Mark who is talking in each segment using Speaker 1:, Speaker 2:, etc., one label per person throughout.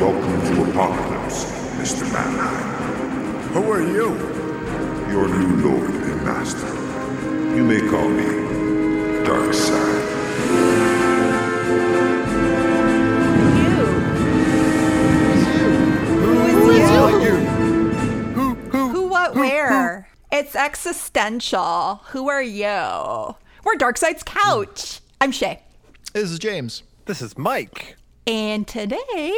Speaker 1: Welcome to Apocalypse, Mr. Mannheim.
Speaker 2: Who are you?
Speaker 1: Your new lord and master. You may call me Darkseid.
Speaker 2: Who is you? Who, who,
Speaker 3: Who, what, where? It's existential. Who are you? We're Darkseid's couch. I'm Shay.
Speaker 4: This is James.
Speaker 5: This is Mike.
Speaker 3: And today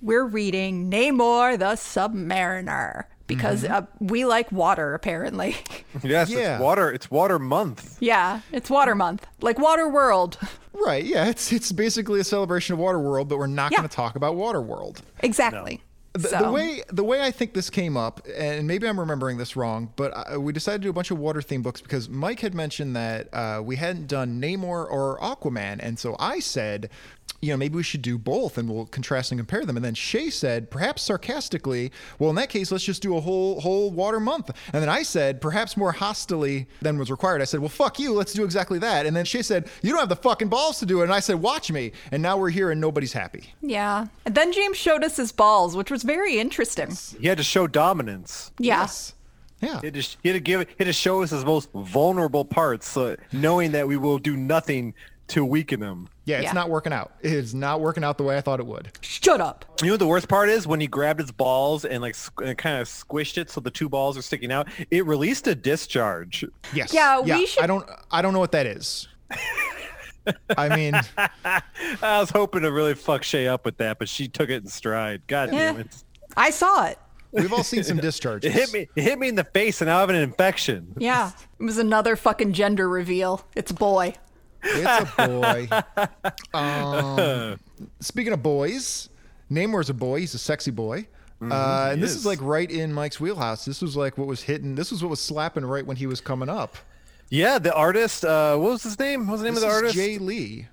Speaker 3: we're reading Namor the Submariner because
Speaker 4: Mm-hmm.
Speaker 3: uh, we like water, apparently.
Speaker 5: Yes,
Speaker 4: Yeah.
Speaker 5: it's water. It's water month.
Speaker 3: yeah, it's water month, like water world.
Speaker 4: Right, yeah, it's it's basically a celebration of Waterworld, but we're not
Speaker 3: Yeah.
Speaker 4: going to talk about Waterworld.
Speaker 3: Exactly.
Speaker 4: The,
Speaker 3: so,
Speaker 4: the way the way I think this came up, and maybe I'm remembering this wrong, but uh we decided to do a bunch of water themed books because Mike had mentioned that uh, we hadn't done Namor or Aquaman, and so I said, you know, maybe we should do both, and we'll contrast and compare them. And then Shay said, perhaps sarcastically, well, in that case, let's just do a whole whole water month. And then I said, perhaps more hostily than was required. I said, well, fuck you, let's do exactly that. And then Shay said, you don't have the fucking balls to do it. And I said, watch me. And now we're here, and nobody's happy.
Speaker 3: yeah. And then James showed us his balls, which was very interesting.
Speaker 5: He had to show dominance.
Speaker 3: Yeah.
Speaker 4: Yeah.
Speaker 5: He had to, sh- he had to give. He had to show us his most vulnerable parts, uh, knowing that we will do nothing to weaken him.
Speaker 4: Yeah, it's
Speaker 3: Yeah.
Speaker 4: not working out. It's not working out the way I thought it would.
Speaker 3: Shut up.
Speaker 5: You know what the worst part is when he grabbed his balls and like squ- and kind of squished it so the two balls are sticking out. It released a discharge.
Speaker 4: Yes.
Speaker 3: Yeah, we should-
Speaker 4: I don't. I don't know what that is. I mean,
Speaker 5: I was hoping to really fuck Shay up with that, but she took it in stride. God
Speaker 3: Eh,
Speaker 5: damn it!
Speaker 3: I saw it.
Speaker 4: we've all seen some
Speaker 5: It
Speaker 4: discharges.
Speaker 5: hit me. It hit me in the face, and now I have an infection.
Speaker 3: Yeah. It was another fucking gender reveal. It's boy.
Speaker 4: It's a boy. Um, speaking of boys, Namor's a boy. He's a sexy boy. uh, and this is.
Speaker 5: Mm-hmm. is.
Speaker 4: like right in Mike's wheelhouse. This was like what was hitting. This was what was slapping right when he was coming up.
Speaker 5: Yeah, the artist. Uh, what was his name? What was the name
Speaker 4: This
Speaker 5: of the
Speaker 4: is
Speaker 5: artist?
Speaker 4: Jay Lee.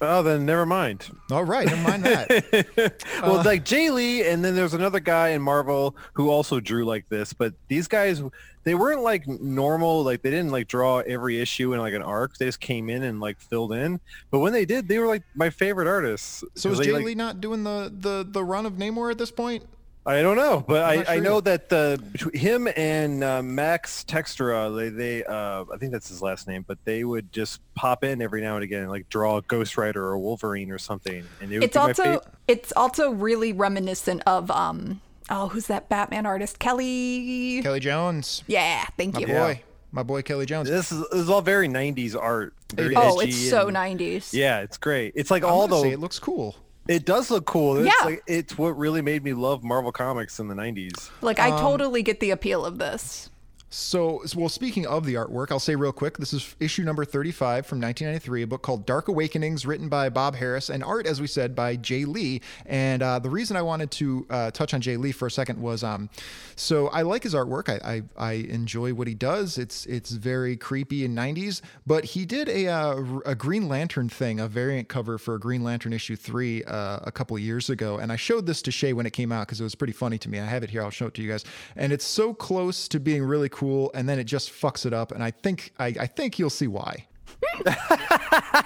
Speaker 5: Oh, then never mind.
Speaker 4: All right, never mind that.
Speaker 5: Well,
Speaker 4: Uh.
Speaker 5: like Jay Lee, and then there's another guy in Marvel who also drew like this. But these guys, they weren't like normal. Like they didn't like draw every issue in like an arc. They just came in and like filled in. But when they did, they were like my favorite artists.
Speaker 4: So is
Speaker 5: They,
Speaker 4: Jay
Speaker 5: like-
Speaker 4: Lee not doing the the the run of Namor at this point?
Speaker 5: I don't know, but I,
Speaker 4: not
Speaker 5: I
Speaker 4: sure
Speaker 5: know that the betw- him and uh, Max Textura, they, they uh, I think that's his last name, but they would just pop in every now and again and like draw a Ghost Rider or Wolverine or something, and it would
Speaker 3: It's
Speaker 5: be my
Speaker 3: also
Speaker 5: fa-
Speaker 3: it's also really reminiscent of um oh who's that Batman artist Kelly
Speaker 4: Kelly Jones.
Speaker 3: yeah thank you
Speaker 4: boy, my boy Kelly Jones.
Speaker 5: this is, this is all very '90s art. Very
Speaker 3: oh
Speaker 5: edgy
Speaker 3: it's so
Speaker 5: and-
Speaker 3: 90s
Speaker 5: Yeah, it's great. It's like
Speaker 4: I'm
Speaker 5: all
Speaker 4: gonna
Speaker 5: the
Speaker 4: say it looks cool.
Speaker 5: it does look cool. It's
Speaker 3: Yeah.
Speaker 5: like it's what really made me love Marvel comics in the '90s.
Speaker 3: like I totally get the appeal of this
Speaker 4: So, well, speaking of the artwork, I'll say real quick this is issue number 35 from 1993, a book called Dark Awakenings, written by Bob Harris, and art, as we said, by Jay Lee. And uh, the reason I wanted to uh, touch on Jay Lee for a second was um, so I like his artwork. I, I, I enjoy what he does. It's it's very creepy and 90s, but he did a, uh, r- a Green Lantern thing, a variant cover for Green Lantern issue three uh, a couple years ago. And I showed this to Shay when it came out because it was pretty funny to me. I have it here. I'll show it to you guys. And it's so close to being really cool, and then it just fucks it up. And I think I, I think you'll see why.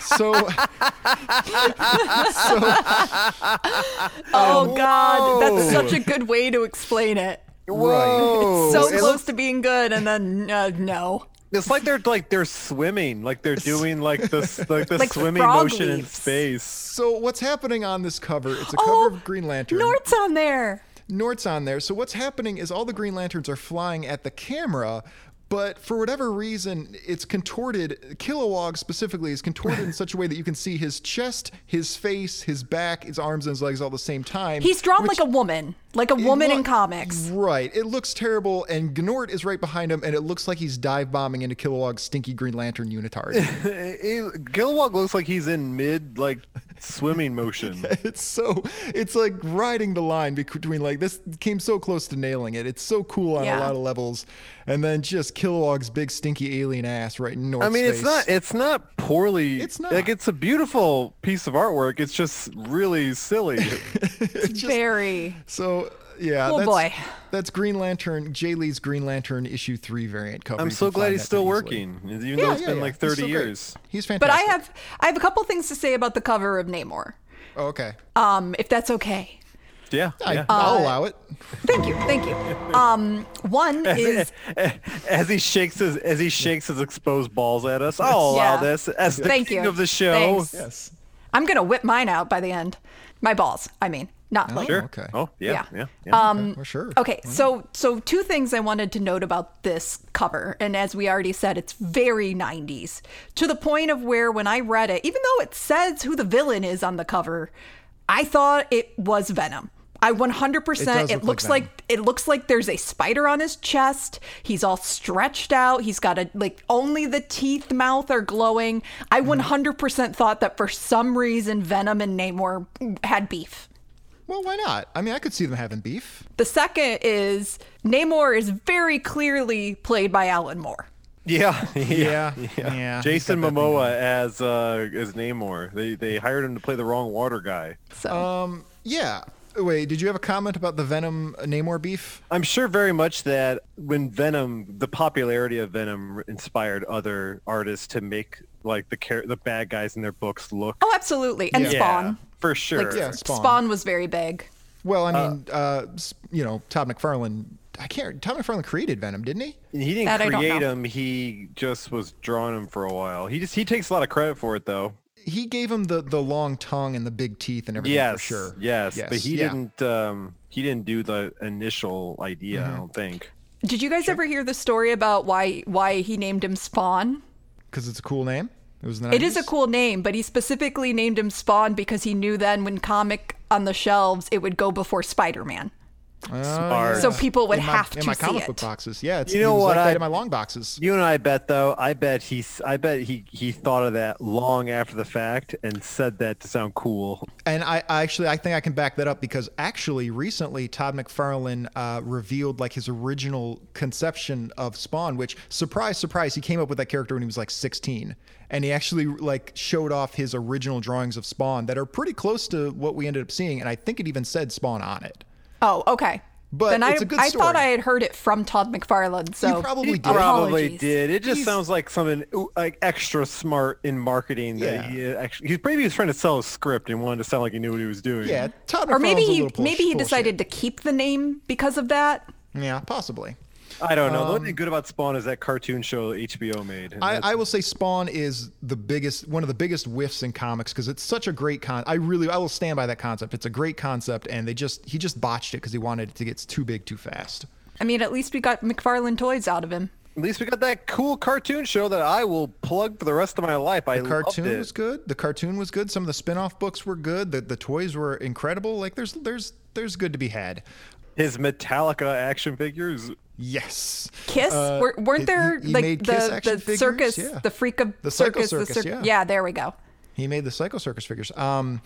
Speaker 4: so, so
Speaker 3: oh god that's such a good way to explain it
Speaker 5: Whoa!
Speaker 3: so
Speaker 5: It
Speaker 3: close to being good and then uh, no
Speaker 5: It's like they're like they're swimming, like they're doing like the like the
Speaker 3: Like
Speaker 5: swimming
Speaker 3: frog
Speaker 5: motion in
Speaker 3: leaves.
Speaker 5: space.
Speaker 4: so what's happening on this cover? It's a cover
Speaker 3: Oh,
Speaker 4: of Green Lantern.
Speaker 3: Nort's on there
Speaker 4: Nort's on there. So what's happening is all the Green Lanterns are flying at the camera, but for whatever reason, it's contorted. Kilowog specifically is contorted in such a way that you can see his chest, his face, his back, his arms, and his legs all at the same time.
Speaker 3: he's drawn
Speaker 4: which-
Speaker 3: like a woman like a
Speaker 4: it
Speaker 3: woman in
Speaker 4: look-
Speaker 3: comics
Speaker 4: Right. It looks terrible, and Gnort is right behind him, and it looks like he's dive bombing into Kilowog's stinky Green Lantern unitard.
Speaker 5: Gilwog looks like he's in mid like swimming motion.
Speaker 4: it's so it's like riding the line bec- between like this came so close to nailing it. It's so cool on a
Speaker 3: Yeah.
Speaker 4: lot of levels, and then just Kilowog's big stinky alien ass right in North.
Speaker 5: I mean, it's not it's not poorly.
Speaker 4: It's not.
Speaker 5: like it's a beautiful piece of artwork. It's just really silly.
Speaker 3: very
Speaker 4: So yeah,
Speaker 3: Oh,
Speaker 4: that's,
Speaker 3: boy.
Speaker 4: that's Green Lantern. Jay Lee's Green Lantern issue three variant cover.
Speaker 5: I'm
Speaker 4: You
Speaker 5: so
Speaker 4: can
Speaker 5: glad
Speaker 4: find
Speaker 5: he's
Speaker 4: that
Speaker 5: still
Speaker 4: pretty easily.
Speaker 5: working, even
Speaker 4: Yeah,
Speaker 5: though it's
Speaker 4: yeah,
Speaker 5: been
Speaker 4: yeah.
Speaker 5: like
Speaker 4: He's still
Speaker 5: 30
Speaker 4: great.
Speaker 5: years.
Speaker 4: He's
Speaker 3: but
Speaker 4: fantastic.
Speaker 3: I have I have a couple things to say about the cover of Namor
Speaker 4: Oh, okay.
Speaker 3: um if that's okay
Speaker 5: Yeah.
Speaker 4: I,
Speaker 5: yeah.
Speaker 4: I'll allow it.
Speaker 3: Thank you, thank you. Um, one is
Speaker 5: as he shakes his as he shakes his exposed balls at us, I'll allow
Speaker 3: Yeah.
Speaker 5: this as the
Speaker 3: Thank
Speaker 5: king
Speaker 3: you.
Speaker 5: of the show.
Speaker 3: Thanks.
Speaker 4: Yes.
Speaker 3: I'm gonna whip mine out by the end. My balls, I mean, not like
Speaker 5: Sure.
Speaker 4: Okay.
Speaker 5: Oh yeah.
Speaker 3: Yeah. Um,
Speaker 5: Yeah. yeah.
Speaker 4: Okay, well, sure.
Speaker 3: Okay, so so two things I wanted to note about this cover, and as we already said, it's very 90s to the point of where when I read it, even though it says who the villain is on the cover, I thought it was Venom. I 100%
Speaker 4: It does
Speaker 3: it,
Speaker 4: look like
Speaker 3: looks
Speaker 4: Venom.
Speaker 3: like, it looks like there's a spider on his chest. He's all stretched out. He's got a like only the teeth mouth are glowing. I
Speaker 4: Mm-hmm.
Speaker 3: 100% thought that for some reason Venom and Namor had beef.
Speaker 4: Well, why not? I mean, I could see them having beef.
Speaker 3: The second is Namor is very clearly played by Alan Moore.
Speaker 5: Yeah,
Speaker 4: Yeah, yeah, he's
Speaker 5: Jason
Speaker 4: got that thing
Speaker 5: Momoa as uh, as Namor. They they hired him to play the wrong water guy.
Speaker 3: So
Speaker 4: Um, yeah. Wait, did you have a comment about the Venom Namor beef?
Speaker 5: I'm sure very much that when Venom, the popularity of Venom inspired other artists to make like the char- the bad guys in their books look.
Speaker 3: oh, absolutely, and
Speaker 4: Yeah.
Speaker 5: Yeah,
Speaker 3: Spawn.
Speaker 5: for sure.
Speaker 3: Like
Speaker 4: Yeah,
Speaker 3: Spawn.
Speaker 4: Spawn.
Speaker 3: was very big.
Speaker 4: Well, I mean, uh, s- you know, Todd McFarlane. I can't. Todd McFarlane created Venom, didn't he?
Speaker 5: He didn't
Speaker 3: That I don't
Speaker 5: create
Speaker 3: know.
Speaker 5: him. He just was drawing him for a while. He just he takes a lot of credit for it though.
Speaker 4: He gave him the the long tongue and the big teeth and everything
Speaker 5: Yes,
Speaker 4: for sure.
Speaker 5: yes, but he
Speaker 4: yeah.
Speaker 5: didn't. Um, he didn't do the initial idea. I don't think.
Speaker 3: Did you guys ever hear the story about why why he named him Spawn?
Speaker 4: because it's a cool name. It was in the
Speaker 3: It is a
Speaker 4: 90s?
Speaker 3: cool name, but he specifically named him Spawn because he knew then when comic on the shelves it would go before Spider-Man.
Speaker 4: Oh,
Speaker 5: Smart.
Speaker 3: So people would
Speaker 4: in my,
Speaker 3: have
Speaker 4: in
Speaker 3: to
Speaker 4: my
Speaker 3: see
Speaker 4: comic
Speaker 3: it.
Speaker 4: book boxes. Yeah, it's,
Speaker 5: You know
Speaker 4: it was
Speaker 5: what
Speaker 4: Like that
Speaker 5: I-
Speaker 4: in my long boxes.
Speaker 5: You and I bet though. I bet he's. I bet he he thought of that long after the fact and said that to sound cool.
Speaker 4: And I, I actually, I think I can back that up because actually, recently Todd McFarlane uh, revealed like his original conception of Spawn, which surprise, surprise, he came up with that character when he was like 16, and he actually like showed off his original drawings of Spawn that are pretty close to what we ended up seeing, and I think it even said Spawn on it.
Speaker 3: Oh, okay.
Speaker 4: But
Speaker 3: then
Speaker 4: it's
Speaker 3: I
Speaker 4: a good
Speaker 3: I thought
Speaker 4: story.
Speaker 3: I had heard it from Todd McFarlane. So
Speaker 4: probably
Speaker 5: He
Speaker 4: did.
Speaker 5: probably
Speaker 3: Apologies.
Speaker 5: did. It just sounds like something ooh, like extra smart in marketing.
Speaker 4: Yeah.
Speaker 5: That he actually, he's maybe he was trying to sell his script and wanted to sound like he knew what he was doing.
Speaker 4: Yeah, Todd.
Speaker 3: or maybe
Speaker 4: McFarlane's a
Speaker 3: he
Speaker 4: little bullsh-
Speaker 3: maybe he
Speaker 4: bullshit.
Speaker 3: decided to keep the name because of that.
Speaker 4: Yeah, possibly.
Speaker 5: I don't know. the only thing good about Spawn is that cartoon show HBO made. and that's-
Speaker 4: Um, I, I will say Spawn is the biggest one of the biggest whiffs in comics because it's such a great con. I really I will stand by that concept. It's a great concept, and they just he just botched it because he wanted it to get too big too fast.
Speaker 3: I mean, at least we got McFarlane toys out of him.
Speaker 5: At least we got that cool cartoon show that I will plug for the rest of my life. I
Speaker 4: The
Speaker 5: loved
Speaker 4: cartoon
Speaker 5: it.
Speaker 4: was good. The cartoon was good. Some of the spin-off books were good. The the toys were incredible. Like there's there's there's good to be had.
Speaker 5: His Metallica action figures.
Speaker 4: Yes.
Speaker 3: Kiss?
Speaker 4: Uh,
Speaker 3: Were, weren't
Speaker 4: he-
Speaker 3: there
Speaker 4: he- he
Speaker 3: like
Speaker 4: made
Speaker 3: the,
Speaker 4: Kiss
Speaker 3: the
Speaker 4: action figures,
Speaker 3: circus,
Speaker 4: yeah.
Speaker 3: the freak of
Speaker 4: The Psycho
Speaker 3: circus,
Speaker 4: Circus,
Speaker 3: the circus?
Speaker 4: yeah.
Speaker 3: there we go.
Speaker 4: He made the Psycho Circus figures. Um,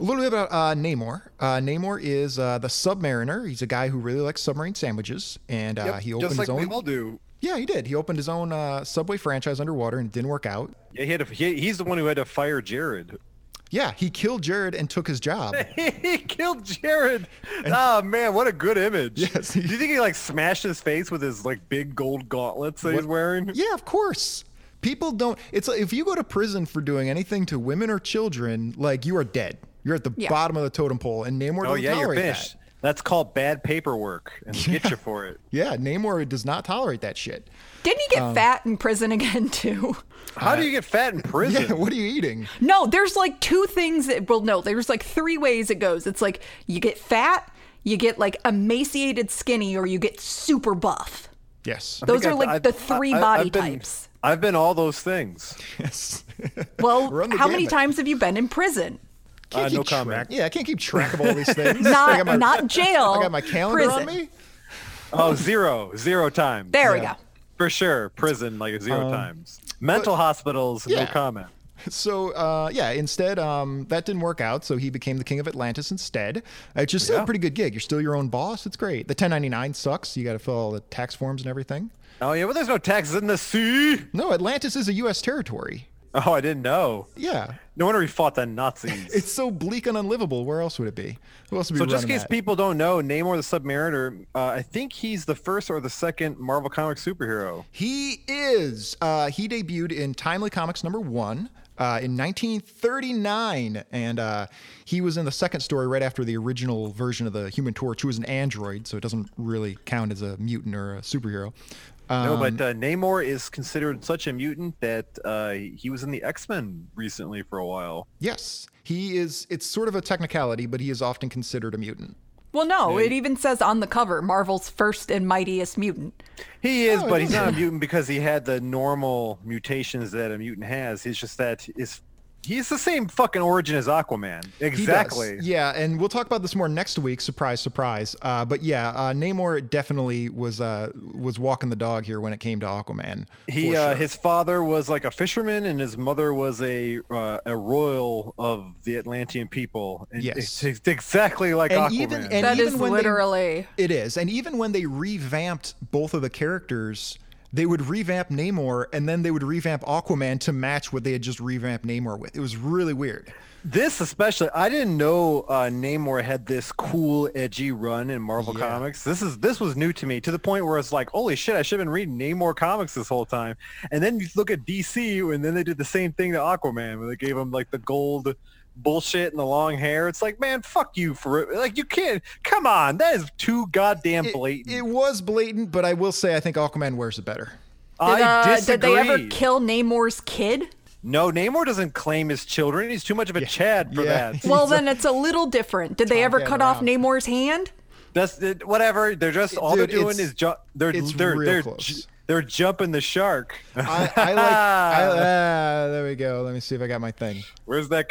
Speaker 4: a little bit about uh, Namor. Uh, Namor is uh, the Submariner. He's a guy who really likes submarine sandwiches, and uh, he opened
Speaker 5: just like
Speaker 4: his own.
Speaker 5: we all do.
Speaker 4: Yeah, he did. He opened his own uh, Subway franchise underwater and it didn't work out.
Speaker 5: Yeah, he had to, he, he's the one who had to fire Jared.
Speaker 4: Yeah, he killed Jared and took his job.
Speaker 5: he killed Jared. Ah man, what a good image.
Speaker 4: Yes,
Speaker 5: Do
Speaker 4: he-
Speaker 5: you think he like smashed his face with his like big gold gauntlets that he's
Speaker 4: What-
Speaker 5: wearing?
Speaker 4: yeah, of course. People don't. It's like if you go to prison for doing anything to women or children, like you are dead. You're at the
Speaker 3: Yeah.
Speaker 4: bottom of the totem pole, and Namor
Speaker 5: oh
Speaker 4: doesn't
Speaker 5: yeah, you're
Speaker 4: tolerate
Speaker 5: finished.
Speaker 4: that.
Speaker 5: That's called bad paperwork, and they get you for it.
Speaker 4: Yeah, Namor does not tolerate that shit.
Speaker 3: Didn't he get
Speaker 4: Um,
Speaker 3: fat in prison again too?
Speaker 5: How do you get fat in prison?
Speaker 4: Yeah, what are you eating?
Speaker 3: No, there's like two things that well no, there's like three ways it goes. It's like you get fat, you get like emaciated skinny or you get super buff.
Speaker 4: Yes.
Speaker 3: Those
Speaker 5: think
Speaker 3: are
Speaker 5: I've-
Speaker 3: like
Speaker 5: I've-
Speaker 3: the three
Speaker 5: I- I-
Speaker 3: body
Speaker 5: I've been-
Speaker 3: types.
Speaker 5: I've been all those things.
Speaker 4: Yes.
Speaker 5: Uh,
Speaker 3: Well,
Speaker 4: Run the
Speaker 3: how many
Speaker 4: gamut.
Speaker 3: times have you been in prison?
Speaker 4: Can't
Speaker 5: Uh,
Speaker 4: keep
Speaker 5: no comment.
Speaker 4: track- Yeah, I can't keep track of all these things. I
Speaker 3: Not
Speaker 4: got my,
Speaker 3: not jail.
Speaker 4: I got my calendar
Speaker 3: prison.
Speaker 4: on me.
Speaker 5: Oh, zero, zero times.
Speaker 3: There
Speaker 4: Yeah.
Speaker 5: For sure, prison like zero times. Mental hospitals,
Speaker 4: Um, yeah.
Speaker 5: no comment.
Speaker 4: So uh, yeah, instead um, that didn't work out. So he became the king of Atlantis instead. It's just still a
Speaker 5: Yeah.
Speaker 4: pretty good gig. You're still your own boss. It's great. The 1099 sucks. You got to fill all the tax forms and everything.
Speaker 5: Oh yeah, well there's no taxes in the sea.
Speaker 4: No, Atlantis is a U.S. territory.
Speaker 5: Oh, I didn't know.
Speaker 4: Yeah,
Speaker 5: No wonder he fought the Nazis.
Speaker 4: it's so bleak and unlivable. Where else would it be? Who else would be
Speaker 5: so just
Speaker 4: running
Speaker 5: in case
Speaker 4: that?
Speaker 5: people don't know, Namor the Submariner, uh, I think he's the first or the second Marvel comic superhero.
Speaker 4: He is. Uh, he debuted in Timely Comics number one. uh, in 1939, and uh, he was in the second story right after the original version of the Human Torch, who was an android, so it doesn't really count as a mutant or a superhero.
Speaker 5: no,
Speaker 4: Um,
Speaker 5: but uh, Namor is considered such a mutant that uh, he was in the X Men recently for a while.
Speaker 4: Yes, he is. It's sort of a technicality, but he is often considered a mutant.
Speaker 3: Well, no, it even says on the cover Marvel's first and mightiest mutant.
Speaker 5: He is,
Speaker 4: Oh,
Speaker 5: but
Speaker 4: it
Speaker 5: he's
Speaker 4: is.
Speaker 5: not a mutant because he had the normal mutations that a mutant has. He's just that is he's the same fucking origin as Aquaman.
Speaker 4: He does.
Speaker 5: Exactly.
Speaker 4: Yeah, and we'll talk about this more next week. Surprise, surprise. Uh, but yeah, uh, Namor definitely was uh, was walking the dog here when it came to Aquaman.
Speaker 5: He
Speaker 4: for
Speaker 5: uh,
Speaker 4: sure.
Speaker 5: his father was like a fisherman, and his mother was a uh, a royal of the Atlantean people. And
Speaker 4: Yes.
Speaker 5: it's, it's exactly like
Speaker 4: And
Speaker 5: Aquaman.
Speaker 4: even- and-
Speaker 3: That is
Speaker 4: even when they-
Speaker 3: literally.
Speaker 4: it is, and even when they revamped both of the characters, they would revamp Namor and then they would revamp Aquaman to match what they had just revamped Namor with. It was really weird.
Speaker 5: This especially, I didn't know uh, Namor had this cool, edgy run in Marvel
Speaker 4: Yeah.
Speaker 5: Comics. This is this was new to me to the point where it's like, holy shit, I should have been reading Namor comics this whole time. And then you look at DC, and then they did the same thing to Aquaman, where they gave him like the gold bullshit and the long hair. It's like, man, fuck you for like you can't. Come on, that is too goddamn
Speaker 4: It-
Speaker 5: blatant.
Speaker 4: It, was blatant, but I will say I think Aquaman wears it better.
Speaker 3: Did,
Speaker 5: I
Speaker 3: uh,
Speaker 5: disagree.
Speaker 3: did they ever kill Namor's kid?
Speaker 5: no, Namor doesn't claim his children. He's too much of a Chad for
Speaker 4: Yeah.
Speaker 5: that.
Speaker 3: Well, then it's a little different. Did they ever
Speaker 4: Tom
Speaker 3: cut
Speaker 4: Cat
Speaker 3: off
Speaker 4: around.
Speaker 3: Namor's hand?
Speaker 5: That's it, whatever. They're just all
Speaker 4: Dude,
Speaker 5: they're doing
Speaker 4: it's-
Speaker 5: is ju- they're
Speaker 4: it's
Speaker 5: they're
Speaker 4: real
Speaker 5: they're,
Speaker 4: close.
Speaker 5: ju- they're jumping the shark.
Speaker 4: I, I like. I, ah, there we go. Let me see if I got my thing.
Speaker 5: Where's that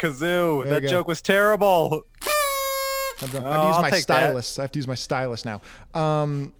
Speaker 4: There
Speaker 5: kazoo?
Speaker 4: you
Speaker 5: that
Speaker 4: go.
Speaker 5: joke was terrible.
Speaker 4: I've, done,
Speaker 5: Oh,
Speaker 4: I've used
Speaker 5: I'll
Speaker 4: my
Speaker 5: take that.
Speaker 4: stylus. I have to use my stylus now. Um,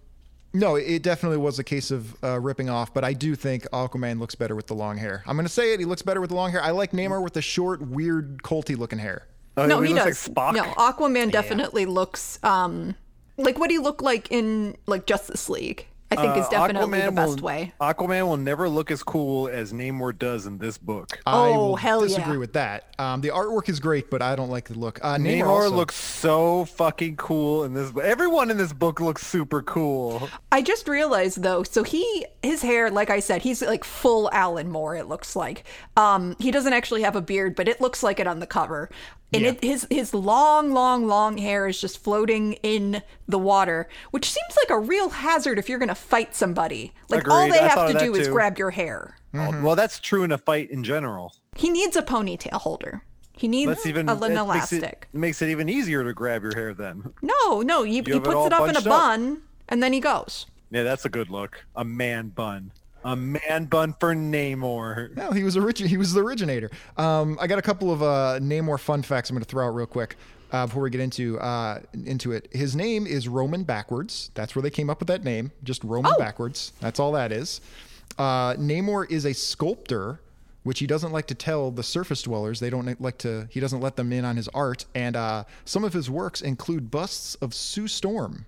Speaker 4: no, it definitely was a case of uh, ripping off, but I do think Aquaman looks better with the long hair. I'm going to say it. He looks better with the long hair. I like Namor with the short, weird, colty looking hair.
Speaker 5: Oh,
Speaker 3: no, he,
Speaker 5: looks
Speaker 3: does.
Speaker 5: Like Spock.
Speaker 3: No, Aquaman definitely looks um like what he looked like in like Justice League. I think is
Speaker 5: Uh,
Speaker 3: definitely the
Speaker 5: Aquaman
Speaker 3: best
Speaker 5: will-
Speaker 3: way.
Speaker 5: Aquaman will never look as cool as Namor does in this book.
Speaker 4: I
Speaker 3: Oh,
Speaker 4: will
Speaker 3: hell yeah.
Speaker 4: disagree with that. Um, the artwork is great, but I don't like the look. Uh, Namor,
Speaker 5: Namor
Speaker 4: also-
Speaker 5: looks so fucking cool in this book. Everyone in this book looks super cool.
Speaker 3: I just realized though, so he his hair, like I said, he's like full Alan Moore. It looks like um, he doesn't actually have a beard, but it looks like it on the cover. And it, his his long, long, long hair is just floating in the water, which seems like a real hazard if you're going to fight somebody. Like all
Speaker 5: Agreed.
Speaker 3: they
Speaker 5: I
Speaker 3: have
Speaker 5: thought
Speaker 3: to
Speaker 5: of that
Speaker 3: do is
Speaker 5: too.
Speaker 3: grab your hair.
Speaker 4: Mm-hmm.
Speaker 5: Uh, Well, that's true in a fight in general.
Speaker 3: He needs a ponytail holder. He needs
Speaker 5: That's even
Speaker 3: Mm-hmm. a, an
Speaker 5: that makes it-
Speaker 3: elastic.
Speaker 5: makes it even easier to grab your hair then.
Speaker 3: no, no, he, he
Speaker 5: have it
Speaker 3: puts
Speaker 5: all
Speaker 3: it up in a
Speaker 5: bunched up.
Speaker 3: bun and then he goes.
Speaker 5: Yeah, that's a good look. A man bun. A man bun for Namor.
Speaker 4: No, he was origi- He was the originator. Um, I got a couple of uh, Namor fun facts. I'm going to throw out real quick uh, before we get into uh, into it. His name is Roman backwards. That's where they came up with that name. Just Roman backwards. That's all that is. Uh, Namor is a sculptor, which he doesn't like to tell the surface dwellers. They don't like to. He doesn't let them in on his art. And uh, some of his works include busts of Sue Storm.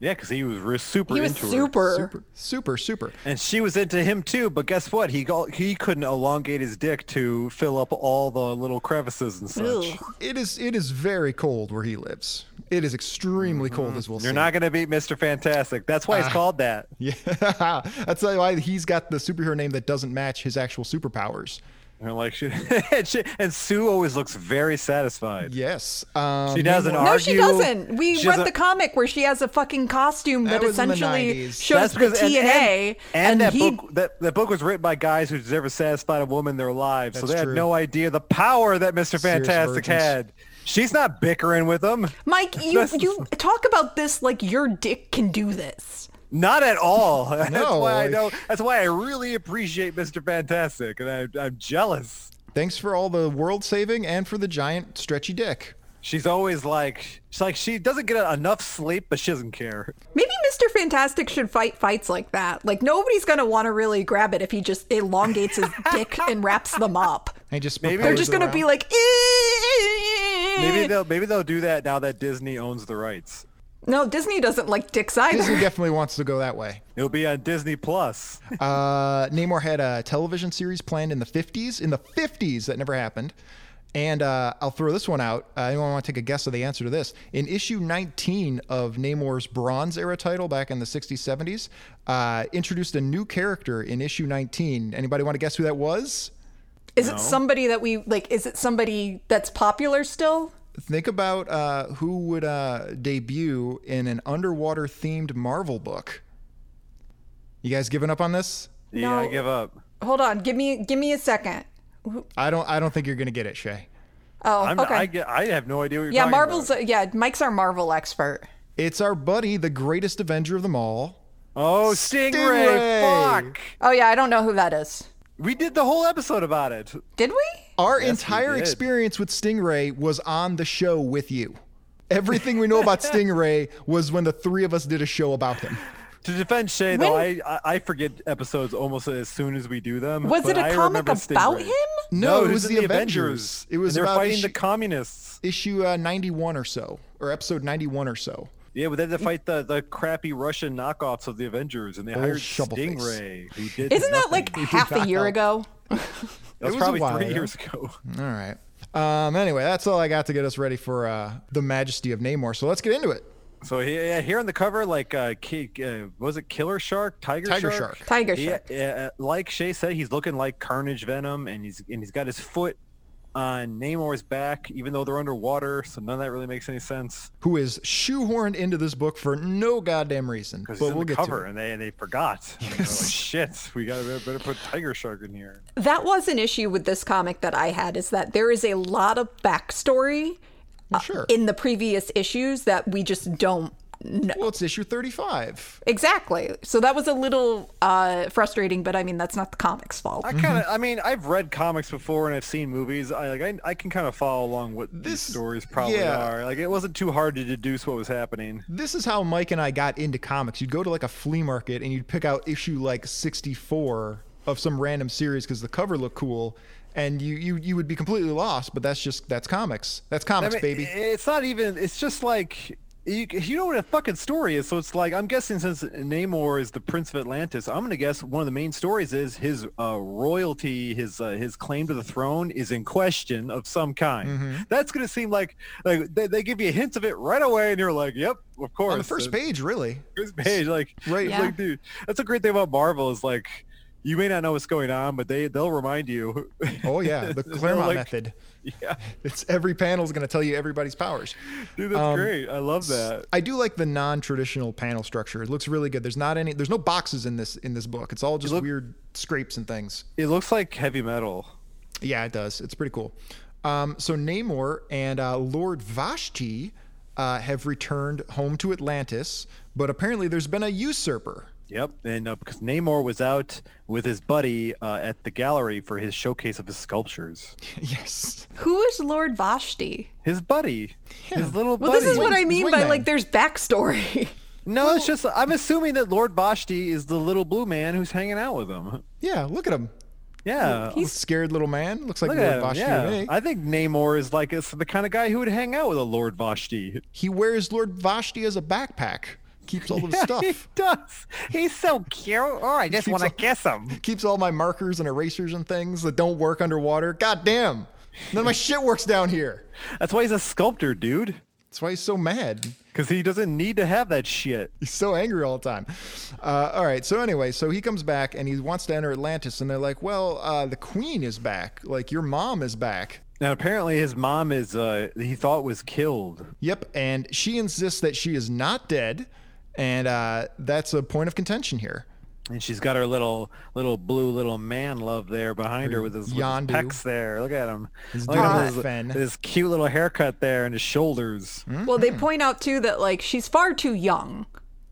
Speaker 5: Yeah, because he was re- super
Speaker 3: He was
Speaker 5: into her.
Speaker 3: super.
Speaker 4: Super, super, super.
Speaker 5: And she was into him too, but guess what? He go- he couldn't elongate his dick to fill up all the little crevices and such.
Speaker 3: Ugh.
Speaker 4: It is. It is very cold where he lives. It is extremely cold, as we'll see.
Speaker 5: Mm-hmm. You're not gonna beat Mr. Fantastic. That's why it's called that.
Speaker 4: Yeah, that's why he's got the superhero name that doesn't match his actual superpowers.
Speaker 5: And like she, and, she- and Sue always looks very satisfied.
Speaker 4: Yes, um,
Speaker 5: She doesn't
Speaker 4: Namor-
Speaker 5: argue.
Speaker 3: No, she doesn't. We
Speaker 5: She
Speaker 3: read
Speaker 5: doesn't-
Speaker 3: the comic where she has a fucking costume
Speaker 4: That
Speaker 3: that,
Speaker 4: was in the
Speaker 3: essentially
Speaker 4: 90s.
Speaker 3: shows the
Speaker 5: and-
Speaker 3: TNA,
Speaker 5: and, and that
Speaker 3: he,
Speaker 5: book that, that book was written by guys who's never satisfied a woman in their lives, so
Speaker 4: That's
Speaker 5: they
Speaker 4: true.
Speaker 5: had no idea the power that Mr. Fantastic
Speaker 4: virgins.
Speaker 5: had. She's not bickering with him,
Speaker 3: Mike, you you talk about this like your dick can do this.
Speaker 5: not at all. that's
Speaker 4: No,
Speaker 5: why I
Speaker 4: like-
Speaker 5: know. That's why I really appreciate Mr. Fantastic, and I, I'm jealous.
Speaker 4: Thanks for all the world saving and for the giant stretchy dick.
Speaker 5: She's always like, she's like she doesn't get enough sleep, but she doesn't care.
Speaker 3: Maybe Mr. Fantastic should fight fights like that. Like nobody's gonna want to really grab it if he just elongates his dick and wraps them up.
Speaker 4: I just
Speaker 5: Maybe-
Speaker 3: They're
Speaker 5: Throws
Speaker 3: just
Speaker 4: propose
Speaker 3: gonna
Speaker 4: it
Speaker 3: be
Speaker 4: around.
Speaker 3: like, "Eh,
Speaker 5: Maybe they'll maybe they'll do that now that Disney owns the rights.
Speaker 3: no, Disney doesn't like dicks either.
Speaker 4: Disney definitely wants to go that way.
Speaker 5: It'll be on Disney Plus.
Speaker 4: Uh, Namor had a television series planned in the 50s. In the 50s, that never happened. And uh, I'll throw this one out. Uh, anyone want to take a guess of the answer to this? In issue 19 of Namor's Bronze Era title back in the 60s, 70s, uh, introduced a new character in issue 19. Anybody want to guess who that was?
Speaker 3: Is it somebody that we like? Is it somebody that's popular still?
Speaker 4: Think about uh, who would uh, debut in an underwater themed Marvel book. You guys giving up on this?
Speaker 5: Yeah, I give up.
Speaker 3: Hold on, give me give me a second.
Speaker 4: I don't. I don't think you're gonna get it, Shay.
Speaker 3: Oh,
Speaker 5: I'm
Speaker 3: okay.
Speaker 5: I, get, I have no idea what you're
Speaker 3: yeah,
Speaker 5: talking
Speaker 3: Marvel's.
Speaker 5: about.
Speaker 3: Yeah, Mike's our Marvel expert.
Speaker 4: It's our buddy, the greatest Avenger of them all.
Speaker 5: Oh, Stingray.
Speaker 4: Stingray.
Speaker 5: Fuck.
Speaker 3: Oh yeah, I don't know who that is.
Speaker 5: We did the whole episode about it.
Speaker 3: Did we?
Speaker 4: Our
Speaker 5: Yes, we
Speaker 4: entire
Speaker 5: did.
Speaker 4: experience with Stingray was on the show with you. Everything we know about Stingray was when the three of us did a show about him.
Speaker 5: To defend Shay, though,
Speaker 3: When-
Speaker 5: I, I I forget episodes almost as soon as we do them.
Speaker 3: Was
Speaker 5: but
Speaker 3: it a
Speaker 5: I
Speaker 3: comic
Speaker 5: remember
Speaker 3: about
Speaker 5: Stingray.
Speaker 3: him?
Speaker 4: No, it was
Speaker 5: in
Speaker 4: the Avengers. It was
Speaker 5: and they're
Speaker 4: about
Speaker 5: fighting the
Speaker 4: issue-
Speaker 5: communists.
Speaker 4: Issue uh, 91 or so, or episode 91 or so.
Speaker 5: Yeah, but they had to fight the, the crappy Russian knockoffs of the Avengers, and they hired
Speaker 4: Shovelface.
Speaker 5: Stingray. Who did
Speaker 3: Isn't that
Speaker 5: nothing.
Speaker 3: like half a year ago?
Speaker 5: that
Speaker 4: was
Speaker 5: was,
Speaker 4: a
Speaker 5: probably
Speaker 4: while
Speaker 5: three
Speaker 4: ago.
Speaker 5: years ago?
Speaker 4: All right. Um, anyway, that's all I got to get us ready for uh, the majesty of Namor. So let's get into it.
Speaker 5: So he- yeah, here on the cover, like uh, ki- uh, was it Killer Shark, Tiger,
Speaker 4: Tiger
Speaker 5: Shark?
Speaker 4: Shark.
Speaker 3: Tiger
Speaker 5: He-
Speaker 3: Shark.
Speaker 5: uh, like Shay said, he's looking like Carnage Venom, and he's and he's got his foot on Namor's back, even though they're underwater. So none of that really makes any sense
Speaker 4: Who is shoehorned into this book for no goddamn reason. But
Speaker 5: because he's in
Speaker 4: we'll
Speaker 5: the
Speaker 4: get
Speaker 5: cover,
Speaker 4: to it.
Speaker 5: and they they forgot. And they're like, Shit, we got to better put Tiger Shark in here.
Speaker 3: That was an issue with this comic that I had is that there is a lot of backstory
Speaker 4: Well, sure.
Speaker 3: in the previous issues that we just don't know.
Speaker 4: well, it's issue 35.
Speaker 3: Exactly. So that was a little uh, frustrating, but I mean, that's not the comic's fault.
Speaker 5: I kind of, I mean, I've read comics before and I've seen movies. I like, I, I can kind of follow along what these
Speaker 4: This-
Speaker 5: stories probably
Speaker 4: yeah.
Speaker 5: are. Like, it wasn't too hard to deduce what was happening.
Speaker 4: This is how Mike and I got into comics. You'd go to like a flea market and you'd pick out issue like 64 of some random series because the cover looked cool. And you, you you would be completely lost, but that's just that's comics. That's comics,
Speaker 5: I mean,
Speaker 4: baby.
Speaker 5: It's not even. It's just like you, you know what a fucking story is. So it's like I'm guessing since Namor is the Prince of Atlantis, I'm gonna guess one of the main stories is his uh, royalty, his uh, his claim to the throne is in question of some kind.
Speaker 4: Mm-hmm.
Speaker 5: That's gonna seem like like they, they give you hints of it right away, and you're like, yep, of course.
Speaker 4: On the first
Speaker 5: And-
Speaker 4: page, really.
Speaker 5: first page, like
Speaker 4: Right.
Speaker 3: Yeah.
Speaker 5: like dude, that's a great thing about Marvel is like. You may not know what's going on, but they they'll remind you.
Speaker 4: Oh yeah, the
Speaker 5: They're
Speaker 4: Claremont
Speaker 5: like-
Speaker 4: method.
Speaker 5: yeah,
Speaker 4: It's every panel's going to tell you everybody's powers. Um,
Speaker 5: dude, that's great. I love that.
Speaker 4: I do like the non-traditional panel structure. It looks really good. There's not any. There's no boxes in this in this book. It's all just
Speaker 5: look-
Speaker 4: weird scrapes and things.
Speaker 5: It looks like heavy metal.
Speaker 4: Yeah, it does. It's pretty cool. Um, so Namor and uh, Lord Vashti uh, have returned home to Atlantis, but apparently there's been a usurper.
Speaker 5: Yep, and uh, because Namor was out with his buddy uh, at the gallery for his showcase of his sculptures.
Speaker 4: yes.
Speaker 3: Who is Lord Vashti?
Speaker 5: His buddy, his little
Speaker 3: Well,
Speaker 5: buddy.
Speaker 3: this is what I mean by
Speaker 4: wingman.
Speaker 3: like there's backstory.
Speaker 5: No, it's just I'm assuming that Lord Vashti is the little blue man who's hanging out with him.
Speaker 4: Yeah. Look at him. Oh,
Speaker 5: Yeah,
Speaker 3: He's-
Speaker 4: Scared little man. Looks like
Speaker 5: look
Speaker 4: Lord
Speaker 5: at him.
Speaker 4: Vashti to
Speaker 5: Yeah,
Speaker 4: me.
Speaker 5: I think Namor is like it's the kind of guy who would hang out with a Lord Vashti.
Speaker 4: He wears Lord Vashti as a backpack. Keeps all of his
Speaker 5: He
Speaker 4: stuff.
Speaker 5: does. He's so cute. Oh, I just
Speaker 4: keeps
Speaker 5: want to
Speaker 4: all-
Speaker 5: kiss him.
Speaker 4: keeps all my markers and erasers and things that don't work underwater. God damn. None of my shit works down here.
Speaker 5: That's why he's a sculptor, dude.
Speaker 4: That's why he's so mad.
Speaker 5: Because he doesn't need to have that shit.
Speaker 4: He's so angry all the time. Uh, all right. So, anyway, so he comes back and he wants to enter Atlantis. And they're like, well, uh, the queen is back. Like, your mom is back.
Speaker 5: Now, apparently, his mom is uh, he thought was killed.
Speaker 4: Yep. And she insists that she is not dead. And uh, that's a point of contention here.
Speaker 5: And she's got her little little blue little man love there behind her with his, with his
Speaker 4: Yondu.
Speaker 5: pecs there. Look at him.
Speaker 4: He's
Speaker 5: Look
Speaker 4: doing
Speaker 5: at
Speaker 4: his fen.
Speaker 5: his, his cute little haircut there and his shoulders.
Speaker 4: Hmm?
Speaker 3: Well, they point out too that like she's far too young.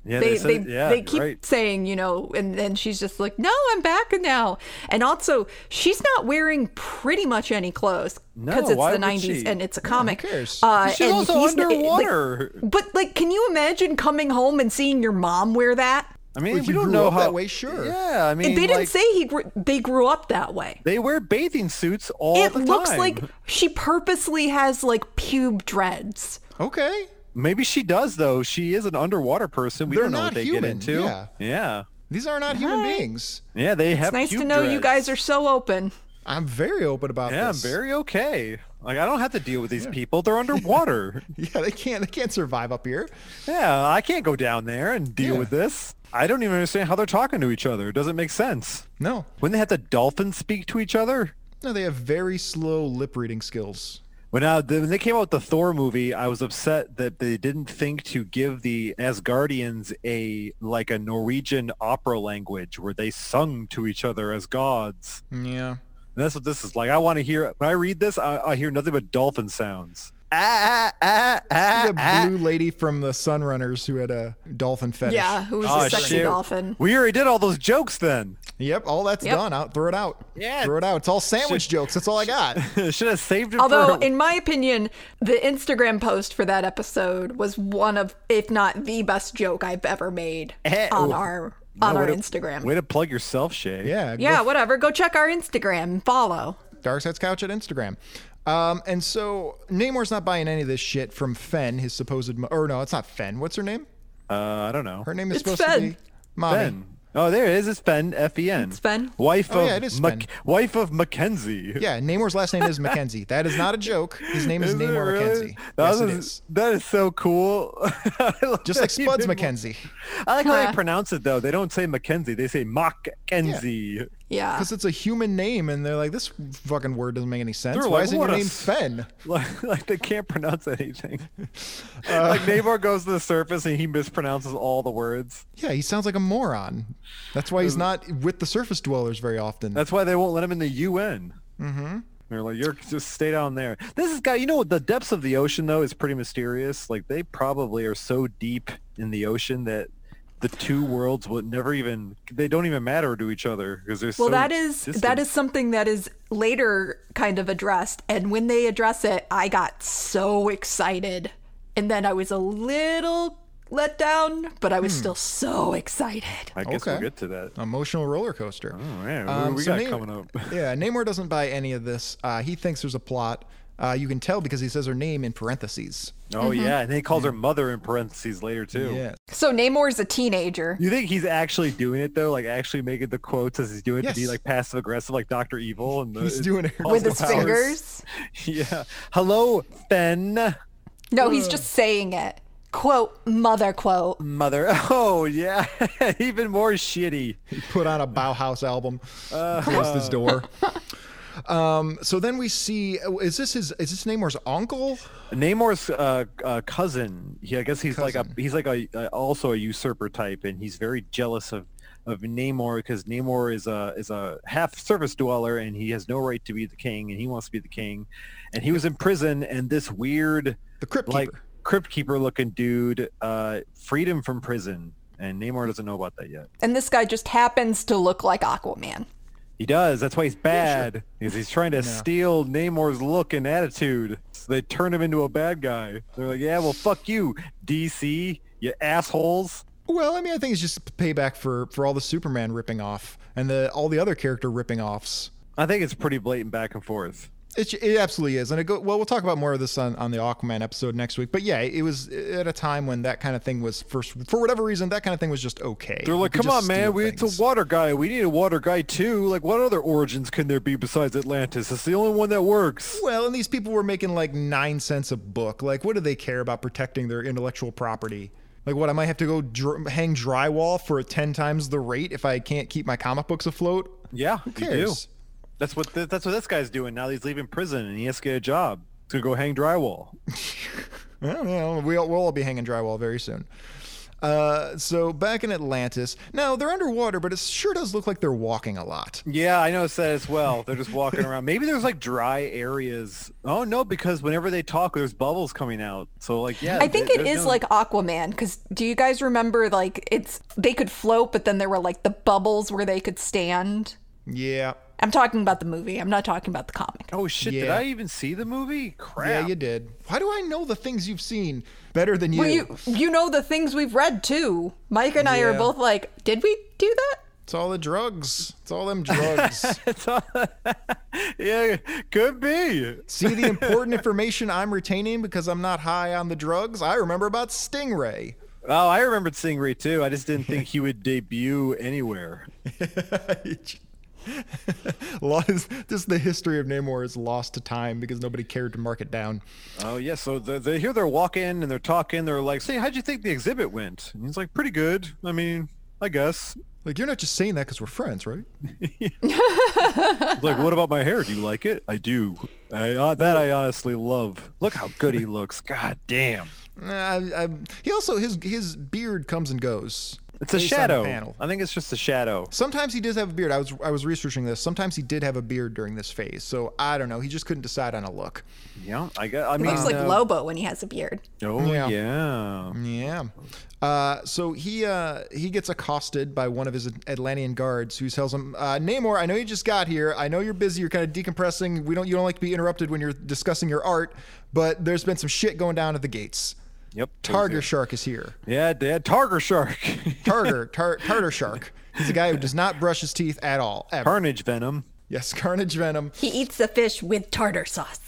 Speaker 5: Hmm. Yeah,
Speaker 3: they
Speaker 5: said-
Speaker 3: they,
Speaker 5: yeah,
Speaker 3: they
Speaker 5: you're
Speaker 3: keep
Speaker 5: right.
Speaker 3: saying you know, and then she's just like, no, I'm back now. And also, she's not wearing pretty much any clothes
Speaker 5: No,
Speaker 3: it's
Speaker 5: why
Speaker 3: the
Speaker 5: would
Speaker 3: '90s
Speaker 5: she?
Speaker 3: and it's a comic.
Speaker 4: cares?
Speaker 3: Uh,
Speaker 5: She's
Speaker 3: and
Speaker 5: also
Speaker 3: he's- like-
Speaker 5: underwater.
Speaker 3: but like, can you imagine coming home and seeing your mom wear that?
Speaker 5: I mean,
Speaker 4: Well,
Speaker 5: we
Speaker 4: you
Speaker 5: don't
Speaker 4: grew
Speaker 5: know
Speaker 4: up
Speaker 5: how
Speaker 4: that way, sure.
Speaker 5: Yeah, I mean,
Speaker 3: they didn't
Speaker 5: like,
Speaker 3: say he grew, they grew up that way.
Speaker 5: they wear bathing suits all
Speaker 3: It
Speaker 5: the
Speaker 3: looks
Speaker 5: time.
Speaker 3: like she purposely has like pube dreads.
Speaker 4: Okay.
Speaker 5: maybe she does though. She is an underwater person. We
Speaker 4: They're
Speaker 5: don't know
Speaker 4: not
Speaker 5: what they
Speaker 4: human,
Speaker 5: get into.
Speaker 4: yeah.
Speaker 5: yeah,
Speaker 4: These are not human beings.
Speaker 5: Yeah, They have.
Speaker 3: It's nice to
Speaker 5: cute
Speaker 3: know you guys
Speaker 5: dreads.
Speaker 3: are so open.
Speaker 4: I'm very open about
Speaker 5: Yeah, I'm
Speaker 4: this.
Speaker 5: very okay. Like I don't have to deal with these people. They're underwater.
Speaker 4: Yeah, they can't. They can't survive up here.
Speaker 5: Yeah, I can't go down there and deal
Speaker 4: Yeah.
Speaker 5: with this. I don't even understand how they're talking to each other. It doesn't make sense.
Speaker 4: No,
Speaker 5: Wouldn't they have the dolphins speak to each other?
Speaker 4: No, they have very slow lip reading skills.
Speaker 5: When, I, when they came out with the Thor movie, I was upset that they didn't think to give the Asgardians a like a Norwegian opera language where they sung to each other as gods.
Speaker 4: Yeah.
Speaker 5: And that's what this is like. I want to hear when I read this, I, I hear nothing but dolphin sounds. Ah, ah, ah, ah,
Speaker 3: Uh,
Speaker 4: The
Speaker 5: ah.
Speaker 4: blue lady from the Sunrunners who had a dolphin fetish.
Speaker 3: Yeah, who was
Speaker 5: Oh,
Speaker 3: the sexy
Speaker 5: shoot.
Speaker 3: dolphin?
Speaker 5: We already did all those jokes then.
Speaker 4: Yep, all that's
Speaker 3: Yep.
Speaker 4: done. Out, throw it out.
Speaker 5: Yeah.
Speaker 4: Throw it out. It's all sandwich jokes. That's all I got.
Speaker 5: Should have saved it
Speaker 3: Although,
Speaker 5: for
Speaker 3: in my opinion, the Instagram post for that episode was one of, if not the best joke I've ever made
Speaker 5: Eh,
Speaker 3: on
Speaker 5: oh.
Speaker 3: our on
Speaker 5: No,
Speaker 3: our
Speaker 5: way to-
Speaker 3: Instagram.
Speaker 5: Way to plug yourself, Shay.
Speaker 4: Yeah. go
Speaker 3: yeah, whatever. Go check our Instagram. Follow.
Speaker 4: Dark Side's Couch at Instagram. Um, and so Namor's not buying any of this shit from Fen, his supposed. Mo- or no, it's not Fen. What's her name?
Speaker 5: Uh, I don't know.
Speaker 4: Her name is
Speaker 3: It's
Speaker 4: supposed
Speaker 3: Fen.
Speaker 4: to be Mommy.
Speaker 5: Ben. Oh, there it is. It's Ben. F E N.
Speaker 3: It's Ben.
Speaker 5: Wife
Speaker 4: Oh,
Speaker 5: of
Speaker 4: yeah, it is
Speaker 5: Mac-
Speaker 4: Ben.
Speaker 5: wife of Mackenzie.
Speaker 4: Yeah, Namor's last name is Mackenzie. That is not a joke. His name is,
Speaker 5: Is it
Speaker 4: Namor
Speaker 5: really?
Speaker 4: Mackenzie.
Speaker 5: That
Speaker 4: yes, it
Speaker 5: is-
Speaker 4: is.
Speaker 5: That is so cool. I love
Speaker 4: Just like
Speaker 5: that you
Speaker 4: Spuds
Speaker 5: did-
Speaker 4: Mackenzie,
Speaker 5: I like how
Speaker 3: Huh.
Speaker 5: they pronounce it though. They don't say Mackenzie. They say Mackenzie.
Speaker 3: Yeah.
Speaker 4: because it's a human name, and they're like, this fucking word doesn't make any sense.
Speaker 5: They're
Speaker 4: Why
Speaker 5: like,
Speaker 4: isn't your
Speaker 5: "What a
Speaker 4: name
Speaker 5: s-
Speaker 4: Fen?
Speaker 5: Like, like they can't pronounce anything.
Speaker 4: Uh,
Speaker 5: like Namor goes to the surface and he mispronounces all the words.
Speaker 4: Yeah, he sounds like a moron. That's why he's not with the surface dwellers very often.
Speaker 5: That's why they won't let him in the UN. Mm-hmm. They're like, you're just stay down there. This is guy. You know what? The depths of the ocean though is pretty mysterious. Like they probably are so deep in the ocean that the two worlds would never even. They don't even matter to each other because they're
Speaker 3: Well,
Speaker 5: so
Speaker 3: that is that
Speaker 5: distant.
Speaker 3: is something that is later kind of addressed, and when they address it, I got so excited, and then I was a little let down, but I was still so excited.
Speaker 5: Hmm. I guess
Speaker 4: Okay.
Speaker 5: we'll get to that.
Speaker 4: Emotional roller coaster.
Speaker 5: Oh man,
Speaker 4: Um,
Speaker 5: we
Speaker 4: so
Speaker 5: got
Speaker 4: Nam-
Speaker 5: coming up. Oh,
Speaker 4: yeah, Namor doesn't buy any of this. Uh, he thinks there's a plot. Uh, you can tell because he says her name in parentheses.
Speaker 5: Oh
Speaker 3: Mm-hmm.
Speaker 5: yeah, and then he calls her mother in parentheses later too.
Speaker 4: Yeah.
Speaker 3: So Namor's a teenager.
Speaker 5: You think he's actually doing it though? Like actually making the quotes as he's doing it to be
Speaker 4: Yes.
Speaker 5: like passive aggressive, like Doctor Evil, and the,
Speaker 4: He's doing it
Speaker 5: Paul's
Speaker 3: With his
Speaker 5: powers.
Speaker 3: fingers?
Speaker 5: Yeah. Hello, Fen.
Speaker 3: No, he's just saying it. Quote, mother quote.
Speaker 5: Mother. Oh yeah, even more shitty.
Speaker 4: He put on a Bauhaus album,
Speaker 5: Uh,
Speaker 4: closed his door. Um, so then we see uh, is this his is this Namor's uncle?
Speaker 5: Namor's uh, uh, cousin. Yeah, I guess he's like a he's like a uh, also a usurper type, and he's very jealous of of Namor because Namor is a is a half surface dweller, and he has no right to be the king, and he wants to be the king, and he was in prison, and this weird
Speaker 4: The Crypt
Speaker 5: like
Speaker 4: Keeper.
Speaker 5: crypt keeper looking dude uh, freed him from prison, and Namor doesn't know about that yet.
Speaker 3: And this guy just happens to look like Aquaman.
Speaker 5: He does. That's why he's bad because he's trying to steal Namor's look and attitude. So they turn him into a bad guy. They're like, yeah, well, fuck you, DC, you assholes.
Speaker 4: Well, I mean, I think it's just payback for for all the Superman ripping off and the all the other character ripping offs.
Speaker 5: I think it's pretty blatant back and forth.
Speaker 4: It, it absolutely is, and it go, well. We'll talk about more of this on, on the Aquaman episode next week. But yeah, it was at a time when that kind of thing was first for whatever reason that kind of thing was just okay.
Speaker 5: They're like,
Speaker 4: You could
Speaker 5: come on,
Speaker 4: just
Speaker 5: man,
Speaker 4: steal
Speaker 5: we, it's
Speaker 4: things."
Speaker 5: a water guy. We need a water guy too. Like, what other origins can there be besides Atlantis? It's the only one that works.
Speaker 4: Well, and these people were making like nine cents a book. Like, what do they care about protecting their intellectual property? Like, what? I might have to go dr- hang drywall for ten times the rate if I can't keep my comic books afloat.
Speaker 5: Yeah,
Speaker 4: Who
Speaker 5: you do.
Speaker 4: cares?
Speaker 5: That's what th- that's what this guy's doing now. that He's leaving prison and he has to get a job. He's gonna go hang drywall.
Speaker 4: I don't know. We'll, we'll all be hanging drywall very soon. Uh, so back in Atlantis, now they're underwater, but it sure does look like they're walking a lot.
Speaker 5: Yeah, I noticed that as well. They're just walking around. Maybe there's like dry areas. Oh no, because whenever they talk, there's bubbles coming out. So like, yeah,
Speaker 3: I think
Speaker 5: there-
Speaker 3: it
Speaker 5: there's
Speaker 3: is
Speaker 5: no-
Speaker 3: like Aquaman because do you guys remember like it's they could float, but then there were like the bubbles where they could stand.
Speaker 4: Yeah,
Speaker 3: I'm talking about the movie. I'm not talking about the comic.
Speaker 5: Oh shit! Did
Speaker 4: Yeah.
Speaker 5: I even see the movie? Crap.
Speaker 4: yeah, you did. Why do I know the things you've seen better than you?
Speaker 3: Well, you you know the things we've read too. Mike and I are
Speaker 4: Yeah.
Speaker 3: both like, did we do that?
Speaker 4: it's all the drugs. It's all them drugs.
Speaker 5: yeah, could be.
Speaker 4: See the important information I'm retaining because I'm not high on the drugs. I remember about Stingray.
Speaker 5: Oh, I remembered Stingray too. I just didn't think he would debut anywhere.
Speaker 4: Lot- Just the history of Namor is lost to time because nobody cared to mark it down.
Speaker 5: Oh yeah, so they, they hear they're walking and they're talking. They're like, "Say, how'd you think the exhibit went?" And he's like, "Pretty good. I mean, I guess."
Speaker 4: Like you're not just saying that because we're friends, right?
Speaker 5: It's
Speaker 3: Uh,
Speaker 5: like, what about my hair? Do you like it? I do. I, uh, that I honestly love. Look how good he looks. God damn.
Speaker 4: Nah, I, I, he also his his beard comes and goes.
Speaker 5: It's a
Speaker 4: based on the
Speaker 5: shadow.
Speaker 4: panel.
Speaker 5: I think it's just a shadow.
Speaker 4: Sometimes he does have a beard. I was I was researching this. Sometimes he did have a beard during this phase. So I don't know. He just couldn't decide on a look.
Speaker 5: Yeah, I got. I
Speaker 3: He
Speaker 5: mean,
Speaker 3: looks like
Speaker 5: uh,
Speaker 3: Lobo when he has a beard.
Speaker 5: Oh
Speaker 4: Yeah.
Speaker 5: yeah.
Speaker 4: Yeah. Uh, so he uh, he gets accosted by one of his Atlantean guards, who tells him, uh, "Namor, I know you just got here. I know you're busy. You're kind of decompressing. We don't you don't like to be interrupted when you're discussing your art, but there's been some shit going down at the gates.
Speaker 5: Yep.
Speaker 4: Tartar Shark is here.
Speaker 5: Yeah, Dad. Tartar shark.
Speaker 4: Tartar tar- Tartar Shark. He's a guy who does not brush his teeth at all. Ever.
Speaker 5: Carnage venom.
Speaker 4: yes, Carnage Venom.
Speaker 3: He eats the fish with tartar sauce.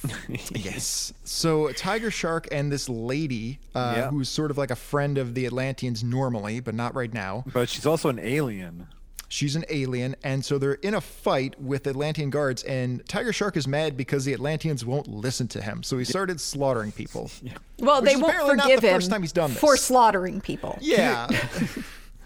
Speaker 4: Yes. So Tiger Shark and this lady, uh,
Speaker 5: Yeah.
Speaker 4: who's sort of like a friend of the Atlanteans normally, but not right now.
Speaker 5: But she's also an alien.
Speaker 4: She's an alien, and so they're in a fight with Atlantean guards. And Tiger Shark is mad because the Atlanteans won't listen to him, so he started slaughtering people.
Speaker 3: Well,
Speaker 4: Which
Speaker 3: they
Speaker 4: is
Speaker 3: won't
Speaker 4: apparently not the
Speaker 3: forgive him
Speaker 4: first time he's done
Speaker 3: for
Speaker 4: this.
Speaker 3: slaughtering people.
Speaker 4: Yeah,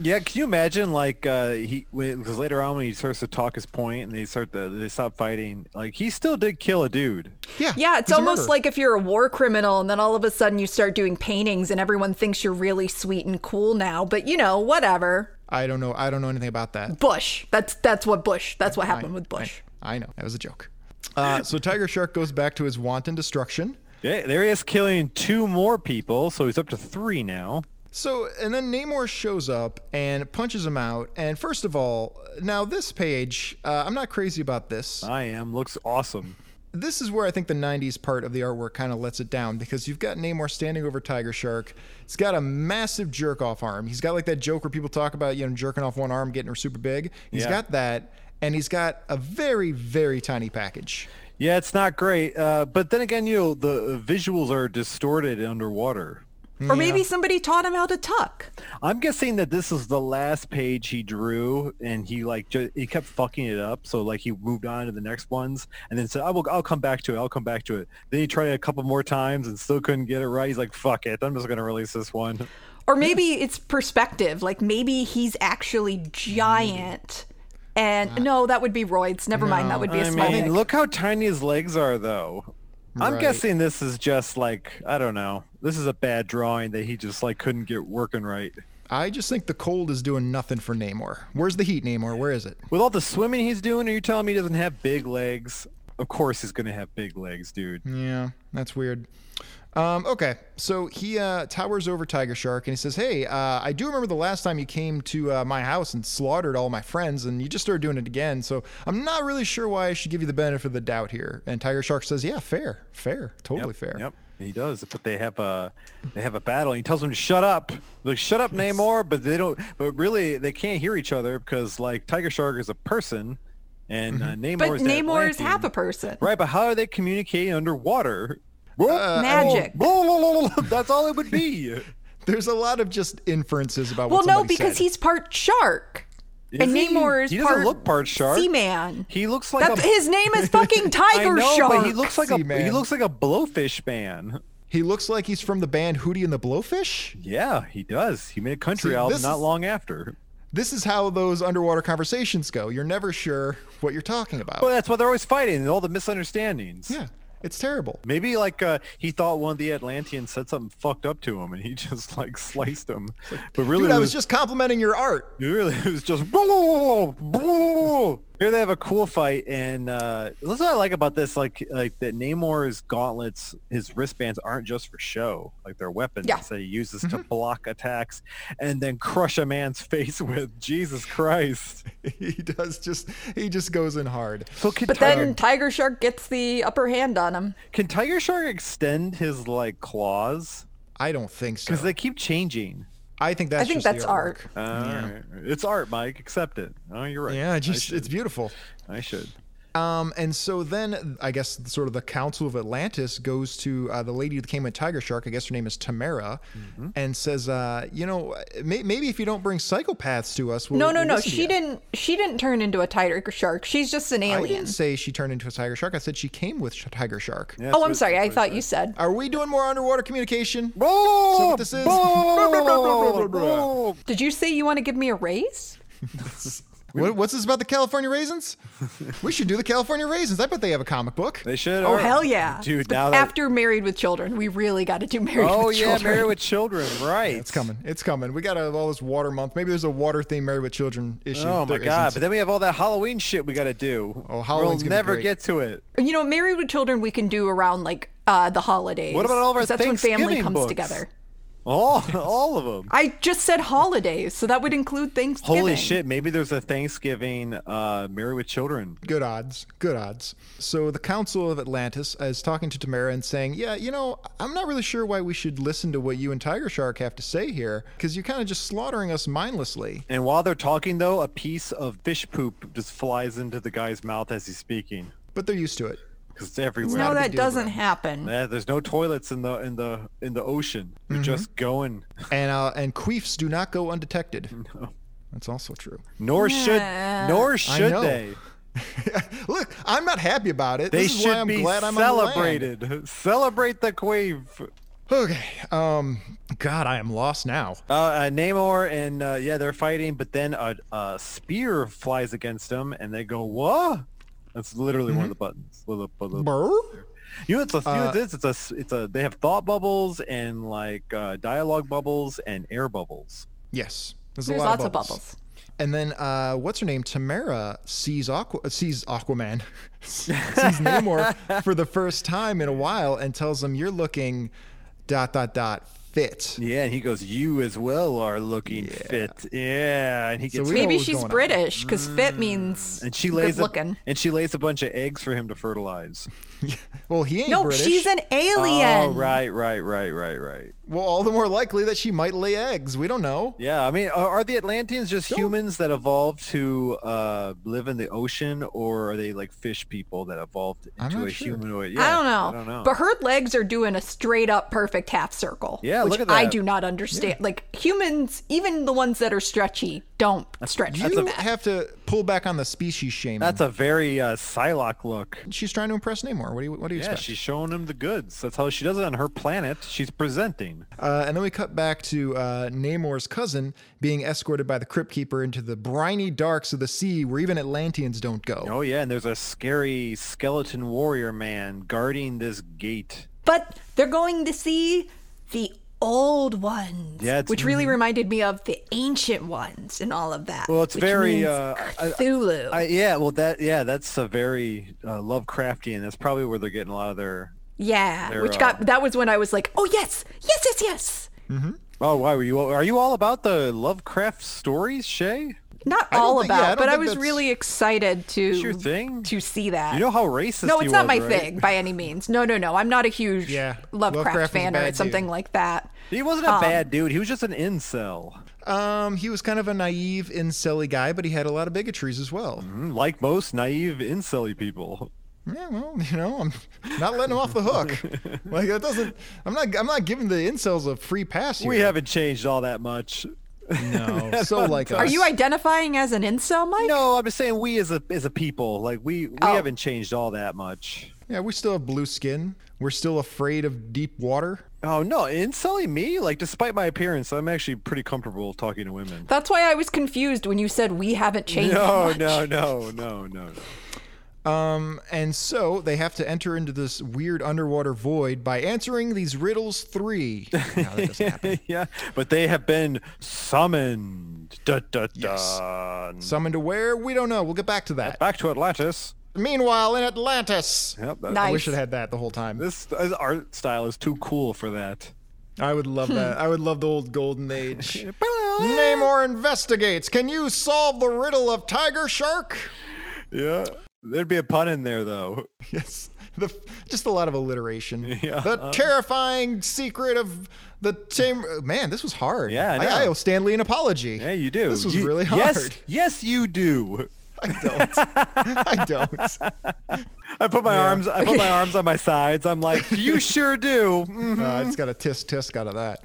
Speaker 5: Yeah, can you imagine like uh, he because later on when he starts to talk his point and they start to they stop fighting, like he still did kill a dude.
Speaker 4: yeah,
Speaker 3: Yeah, it's
Speaker 4: he's a
Speaker 3: almost
Speaker 4: murderer.
Speaker 3: like if you're a war criminal and then all of a sudden you start doing paintings and everyone thinks you're really sweet and cool now, but you know, whatever.
Speaker 4: I don't know. I don't know anything about that.
Speaker 3: Bush. That's that's what Bush. That's what happened with Bush.
Speaker 4: I know that was a joke. Uh, so Tiger Shark goes back to his wanton destruction.
Speaker 5: Yeah, there he is killing two more people, so he's up to three now.
Speaker 4: So, and then Namor shows up and punches him out. And first of all, now this page, uh, I'm not crazy about this.
Speaker 5: I am looks awesome.
Speaker 4: This is where I think the 90s part of the artwork kind of lets it down because you've got Namor standing over Tiger Shark. He's got a massive jerk off arm. He's got like that joke where people talk about, you know, jerking off one arm, getting her super big. He's
Speaker 5: Yeah.
Speaker 4: got that. And he's got a very, very tiny package.
Speaker 5: Yeah, it's not great, uh, but then again, you know the visuals are distorted underwater.
Speaker 4: Mm,
Speaker 3: Or maybe somebody taught him how to tuck.
Speaker 5: I'm guessing that this is the last page he drew, and he like ju- he kept fucking it up. So like he moved on to the next ones, and then said, "I will, I'll come back to it. I'll come back to it." Then he tried it a couple more times and still couldn't get it right. He's like, "Fuck it, I'm just gonna release this one."
Speaker 3: Or maybe it's perspective. Like maybe he's actually giant. And no, that would be roids. Never mind. That would be a
Speaker 5: I
Speaker 3: small
Speaker 5: mean,
Speaker 3: dick.
Speaker 5: look how tiny his legs are, though. I'm
Speaker 4: Right.
Speaker 5: guessing this is just like I don't know. This is a bad drawing that he just like couldn't get working right.
Speaker 4: I just think the cold is doing nothing for Namor. Where's the heat, Namor? Where is it?
Speaker 5: With all the swimming he's doing, are you telling me he doesn't have big legs? Of course he's gonna have big legs, dude.
Speaker 4: Yeah, that's weird. Um, okay, so he uh, towers over Tiger Shark and he says, "Hey, uh, I do remember the last time you came to uh, my house and slaughtered all my friends, and you just started doing it again. So I'm not really sure why I should give you the benefit of the doubt here." And Tiger Shark says, "Yeah, fair, fair, totally fair." Uh,
Speaker 5: Yep, he does. But they have a they have a battle. And he tells them to shut up. Like shut up, Namor. But they don't. But really, they can't hear each other because like Tiger Shark is a person, and uh, Namor.
Speaker 3: but
Speaker 5: is an
Speaker 3: Namor is half a
Speaker 5: Atlantean.
Speaker 3: person.
Speaker 5: Right, but how are they communicating underwater?
Speaker 3: Magic.
Speaker 5: That's all it would be.
Speaker 4: There's a lot of just inferences about
Speaker 3: well,
Speaker 4: what
Speaker 3: no,
Speaker 4: somebody
Speaker 3: because
Speaker 4: said.
Speaker 3: he's part shark. and
Speaker 5: Is he?
Speaker 3: Namor is
Speaker 5: He doesn't
Speaker 3: part,
Speaker 5: look part shark.
Speaker 3: Sea-man.
Speaker 5: He looks like
Speaker 3: That's,
Speaker 5: a,
Speaker 3: his name is fucking
Speaker 5: I
Speaker 3: Tiger
Speaker 5: know,
Speaker 3: Shark.
Speaker 5: but he looks like a
Speaker 4: Sea-man.
Speaker 5: he looks like a blowfish man.
Speaker 4: he looks like he's from the band Hootie and the Blowfish.
Speaker 5: Yeah, he does. He made a country
Speaker 4: See,
Speaker 5: album
Speaker 4: this
Speaker 5: not
Speaker 4: is-
Speaker 5: long after.
Speaker 4: This is how those underwater conversations go. You're never sure what you're talking about.
Speaker 5: Well, that's why they're always fighting and all the misunderstandings.
Speaker 4: yeah, it's terrible.
Speaker 5: Maybe like uh, he thought one of the Atlanteans said something fucked up to him, and he just like sliced him. But really,
Speaker 4: Dude,
Speaker 5: it
Speaker 4: I
Speaker 5: was
Speaker 4: was just complimenting your art.
Speaker 5: really it was just. Here they have a cool fight, and uh, that's what I like about this. Like, like that Namor's gauntlets, his wristbands aren't just for show. Like they're weapons
Speaker 3: Yeah.
Speaker 5: that he uses
Speaker 4: Mm-hmm.
Speaker 5: to block attacks, and then crush a man's face with. Jesus Christ!
Speaker 4: he does just he just goes in hard.
Speaker 5: So can
Speaker 3: but
Speaker 5: Tiger,
Speaker 3: then Tiger Shark gets the upper hand on him.
Speaker 5: can Tiger Shark extend his like claws?
Speaker 4: I don't think so.
Speaker 5: Because they keep changing.
Speaker 4: I think that's
Speaker 3: I think
Speaker 4: just the
Speaker 3: that's
Speaker 4: artwork.
Speaker 3: art.
Speaker 5: Alright. It's art, Mike. Accept it. Oh, you're right.
Speaker 4: Yeah,
Speaker 5: I
Speaker 4: just
Speaker 5: should.
Speaker 4: it's beautiful.
Speaker 5: I should.
Speaker 4: Um, and so then I guess sort of the Council of Atlantis goes to uh, the lady who came with Tiger Shark. I guess her name is Tamara,
Speaker 5: Mm-hmm.
Speaker 4: and says, uh, you know, may- maybe if you don't bring psychopaths to us, we'll,
Speaker 3: No, no,
Speaker 4: we'll
Speaker 3: no.
Speaker 4: listen to
Speaker 3: She
Speaker 4: you."
Speaker 3: didn't. She didn't turn into a tiger shark. She's just an
Speaker 4: I
Speaker 3: alien.
Speaker 4: didn't say she turned into a tiger shark. I said she came with sh- tiger shark.
Speaker 5: Yeah,
Speaker 3: Oh,
Speaker 5: that's
Speaker 3: I'm
Speaker 5: what-
Speaker 3: sorry. I
Speaker 5: that's what
Speaker 3: thought you said.
Speaker 4: Are we doing more underwater communication?
Speaker 5: I said.
Speaker 4: So what this is-
Speaker 5: Blah, blah, blah, blah, blah, blah, blah.
Speaker 3: Did you say you want to give me a raise?
Speaker 4: What, what's this about the California raisins? we should do the California raisins. I bet they have a comic book.
Speaker 5: They should.
Speaker 3: Oh
Speaker 5: alright.
Speaker 3: hell yeah,
Speaker 5: dude! Now that
Speaker 3: after Married with Children, we really got to do Married
Speaker 5: oh
Speaker 3: with
Speaker 5: yeah,
Speaker 3: Children.
Speaker 5: Married with Children, right?
Speaker 4: It's coming. It's coming. We got uh, all this water month. Maybe there's a water theme Married with Children issue.
Speaker 5: Oh my
Speaker 4: There
Speaker 5: god!
Speaker 4: isn't.
Speaker 5: But then we have all that Halloween shit we got to do.
Speaker 4: Oh, Halloween's gonna
Speaker 5: We'll
Speaker 4: be
Speaker 5: never
Speaker 4: great.
Speaker 5: get to it.
Speaker 3: you know, Married with Children, we can do around like uh, the holidays.
Speaker 5: What about all of our
Speaker 3: 'cause That's when family
Speaker 5: Thanksgiving
Speaker 3: comes
Speaker 5: books?
Speaker 3: together.
Speaker 5: All, all of them.
Speaker 3: I just said holidays, so that would include Thanksgiving.
Speaker 5: Holy shit! Maybe there's a Thanksgiving uh, Married with Children.
Speaker 4: Good odds. Good odds. So the Council of Atlantis is talking to Tamara and saying, Yeah, you know, I'm not really sure why we should listen to what you and Tiger Shark have to say here, because you're kind of just slaughtering us mindlessly.
Speaker 5: And while they're talking, though, a piece of fish poop just flies into the guy's mouth as he's speaking
Speaker 4: But they're used to it.
Speaker 5: because it's everywhere.
Speaker 3: No, that
Speaker 4: deal,
Speaker 3: doesn't
Speaker 4: bro.
Speaker 3: happen.
Speaker 5: Yeah, there's no toilets in the in the in the ocean. You're
Speaker 4: Mm-hmm.
Speaker 5: just going.
Speaker 4: And uh, and queefs do not go undetected. That's also true.
Speaker 5: Nor
Speaker 3: Yeah.
Speaker 5: should nor should
Speaker 4: know.
Speaker 5: they.
Speaker 4: Look, I'm not happy about it.
Speaker 5: They
Speaker 4: this is
Speaker 5: should
Speaker 4: why I'm
Speaker 5: be
Speaker 4: glad I'm
Speaker 5: celebrated. Celebrate the quave.
Speaker 4: On the land. Okay. Um. God, I am lost now.
Speaker 5: Uh, uh, Namor and uh, yeah, they're fighting, but then a, a spear flies against them, and they go what? That's literally
Speaker 4: Mm-hmm.
Speaker 5: one of the buttons. Little- little-
Speaker 4: Brr.
Speaker 5: You know, it's a, you know what it is? It's a, s- it's a. They have thought bubbles and like uh, dialogue bubbles and air bubbles.
Speaker 4: Yes. There's,
Speaker 3: There's
Speaker 4: a lot
Speaker 3: lots
Speaker 4: of
Speaker 3: of
Speaker 4: bubbles.
Speaker 3: bubbles.
Speaker 4: And then uh, what's her name? Tamara sees Aqua uh, sees Aquaman sees Namor for the first time in a while and tells him you're looking dot dot dot fit.
Speaker 5: Yeah, and he goes, "You as well are looking fit." Yeah, and he
Speaker 4: So
Speaker 5: gets.
Speaker 4: we- know
Speaker 3: Maybe
Speaker 4: what was
Speaker 3: she's
Speaker 4: going on.
Speaker 3: British because fit means
Speaker 5: Mm. and she lays
Speaker 3: good
Speaker 5: a,
Speaker 3: looking.
Speaker 5: and she lays a bunch of eggs for him to fertilize.
Speaker 4: Well, he ain't
Speaker 3: No,
Speaker 4: British.
Speaker 3: she's an alien.
Speaker 5: Oh, right, right, right, right, right.
Speaker 4: well, all the more likely that she might lay eggs. We don't know.
Speaker 5: Yeah, I mean, are, are the Atlanteans just humans that evolved to uh, live in the ocean, or are they like fish people that evolved
Speaker 4: I'm
Speaker 5: into
Speaker 4: not
Speaker 5: a
Speaker 4: sure.
Speaker 5: humanoid?
Speaker 3: I
Speaker 5: Yeah,
Speaker 3: don't know.
Speaker 5: I don't know.
Speaker 3: But her legs are doing a straight up perfect half circle.
Speaker 5: Yeah,
Speaker 3: which
Speaker 5: look at
Speaker 3: I
Speaker 5: that.
Speaker 3: do not understand. Like humans, even the ones that are stretchy, don't stretch.
Speaker 4: You
Speaker 3: like that.
Speaker 4: have to pull back on the species shaming.
Speaker 5: That's a very uh, Psylocke look.
Speaker 4: she's trying to impress Namor. What do you what do you
Speaker 5: Yeah,
Speaker 4: expect?
Speaker 5: she's showing him the goods. That's how she does it on her planet. She's presenting.
Speaker 4: Uh, and then we cut back to uh, Namor's cousin being escorted by the Crypt Keeper into the briny darks of the sea where even Atlanteans don't go.
Speaker 5: Oh yeah, and there's a scary skeleton warrior man guarding this gate.
Speaker 3: But they're going to see the old ones,
Speaker 5: Yeah, it's- mm-hmm.
Speaker 3: which really reminded me of the ancient ones and all of that.
Speaker 5: Well, it's
Speaker 3: which
Speaker 5: very,
Speaker 3: means
Speaker 5: uh, I- I-
Speaker 3: Cthulhu.
Speaker 5: I, yeah, well that yeah, that's a very uh, Lovecraftian. That's probably where they're getting a lot of their.
Speaker 3: yeah,
Speaker 5: they're,
Speaker 3: which
Speaker 5: uh,
Speaker 3: got that was when I was like, oh yes, yes, yes, yes.
Speaker 5: Oh, why were you? Are you all about the Lovecraft stories, Shay?
Speaker 3: Not
Speaker 4: don't
Speaker 3: all
Speaker 4: think- yeah, I
Speaker 3: about,
Speaker 4: don't
Speaker 3: but I
Speaker 4: think
Speaker 3: was
Speaker 4: that's-
Speaker 3: really excited to
Speaker 5: It's your thing.
Speaker 3: to see that.
Speaker 5: You know how racist.
Speaker 3: No,
Speaker 5: he
Speaker 3: it's not my
Speaker 5: was, right?
Speaker 3: thing by any means. No, no, no. I'm not a huge
Speaker 4: Yeah.
Speaker 3: Lovecraft,
Speaker 4: Lovecraft was a
Speaker 3: fan or
Speaker 4: bad
Speaker 3: something
Speaker 4: dude.
Speaker 3: like that.
Speaker 5: He wasn't
Speaker 3: Um,
Speaker 5: a bad dude. He was just an incel,
Speaker 4: Um, he was kind of a naive, incelly guy, but he had a lot of bigotries as well.
Speaker 5: Mm, like most naive incelly people.
Speaker 4: Yeah, well, you know, I'm not letting him off the hook. Like that doesn't. I'm not. I'm not giving the incels a free pass here.
Speaker 5: We haven't changed all that much.
Speaker 4: no. so like us.
Speaker 3: Are you identifying as an incel, Mike?
Speaker 5: No, I'm just saying we as a as a people, like we we
Speaker 4: Oh.
Speaker 5: haven't changed all that much.
Speaker 4: Yeah, we still have blue skin. We're still afraid of deep water.
Speaker 5: Oh no, insulting me? Like despite my appearance, I'm actually pretty comfortable talking to women.
Speaker 3: That's why I was confused when you said we haven't changed.
Speaker 5: No,
Speaker 3: much.
Speaker 5: no, no, no, no, no.
Speaker 4: Um, and so they have to enter into this weird underwater void by answering these riddles three. No, that doesn't happen.
Speaker 5: yeah, but they have been summoned. Da, da,
Speaker 4: Yes.
Speaker 5: da.
Speaker 4: Summoned to where? We don't know. We'll get back to that.
Speaker 5: Back to Atlantis.
Speaker 4: Meanwhile, in Atlantis.
Speaker 5: Yep. that-
Speaker 4: I
Speaker 3: Nice.
Speaker 4: wish it had that the whole time.
Speaker 5: This this art style is too cool for that.
Speaker 4: I would love that. I would love the old golden age. Namor investigates. Can you solve the riddle of Tiger Shark?
Speaker 5: Yeah. There'd be a pun in there though.
Speaker 4: Yes. The, just a lot of alliteration.
Speaker 5: Yeah. Uh-huh.
Speaker 4: The terrifying secret of the tam- man. This was hard.
Speaker 5: Yeah, I know.
Speaker 4: I, owe Stanley an apology.
Speaker 5: Yeah, you do.
Speaker 4: This was
Speaker 5: You-
Speaker 4: really hard.
Speaker 5: Yes, yes, you do.
Speaker 4: I don't. I don't.
Speaker 5: I put my arms. I put my arms on my sides. I'm like, you sure do. Mm.
Speaker 4: Uh, it's got a tisk tisk out of that.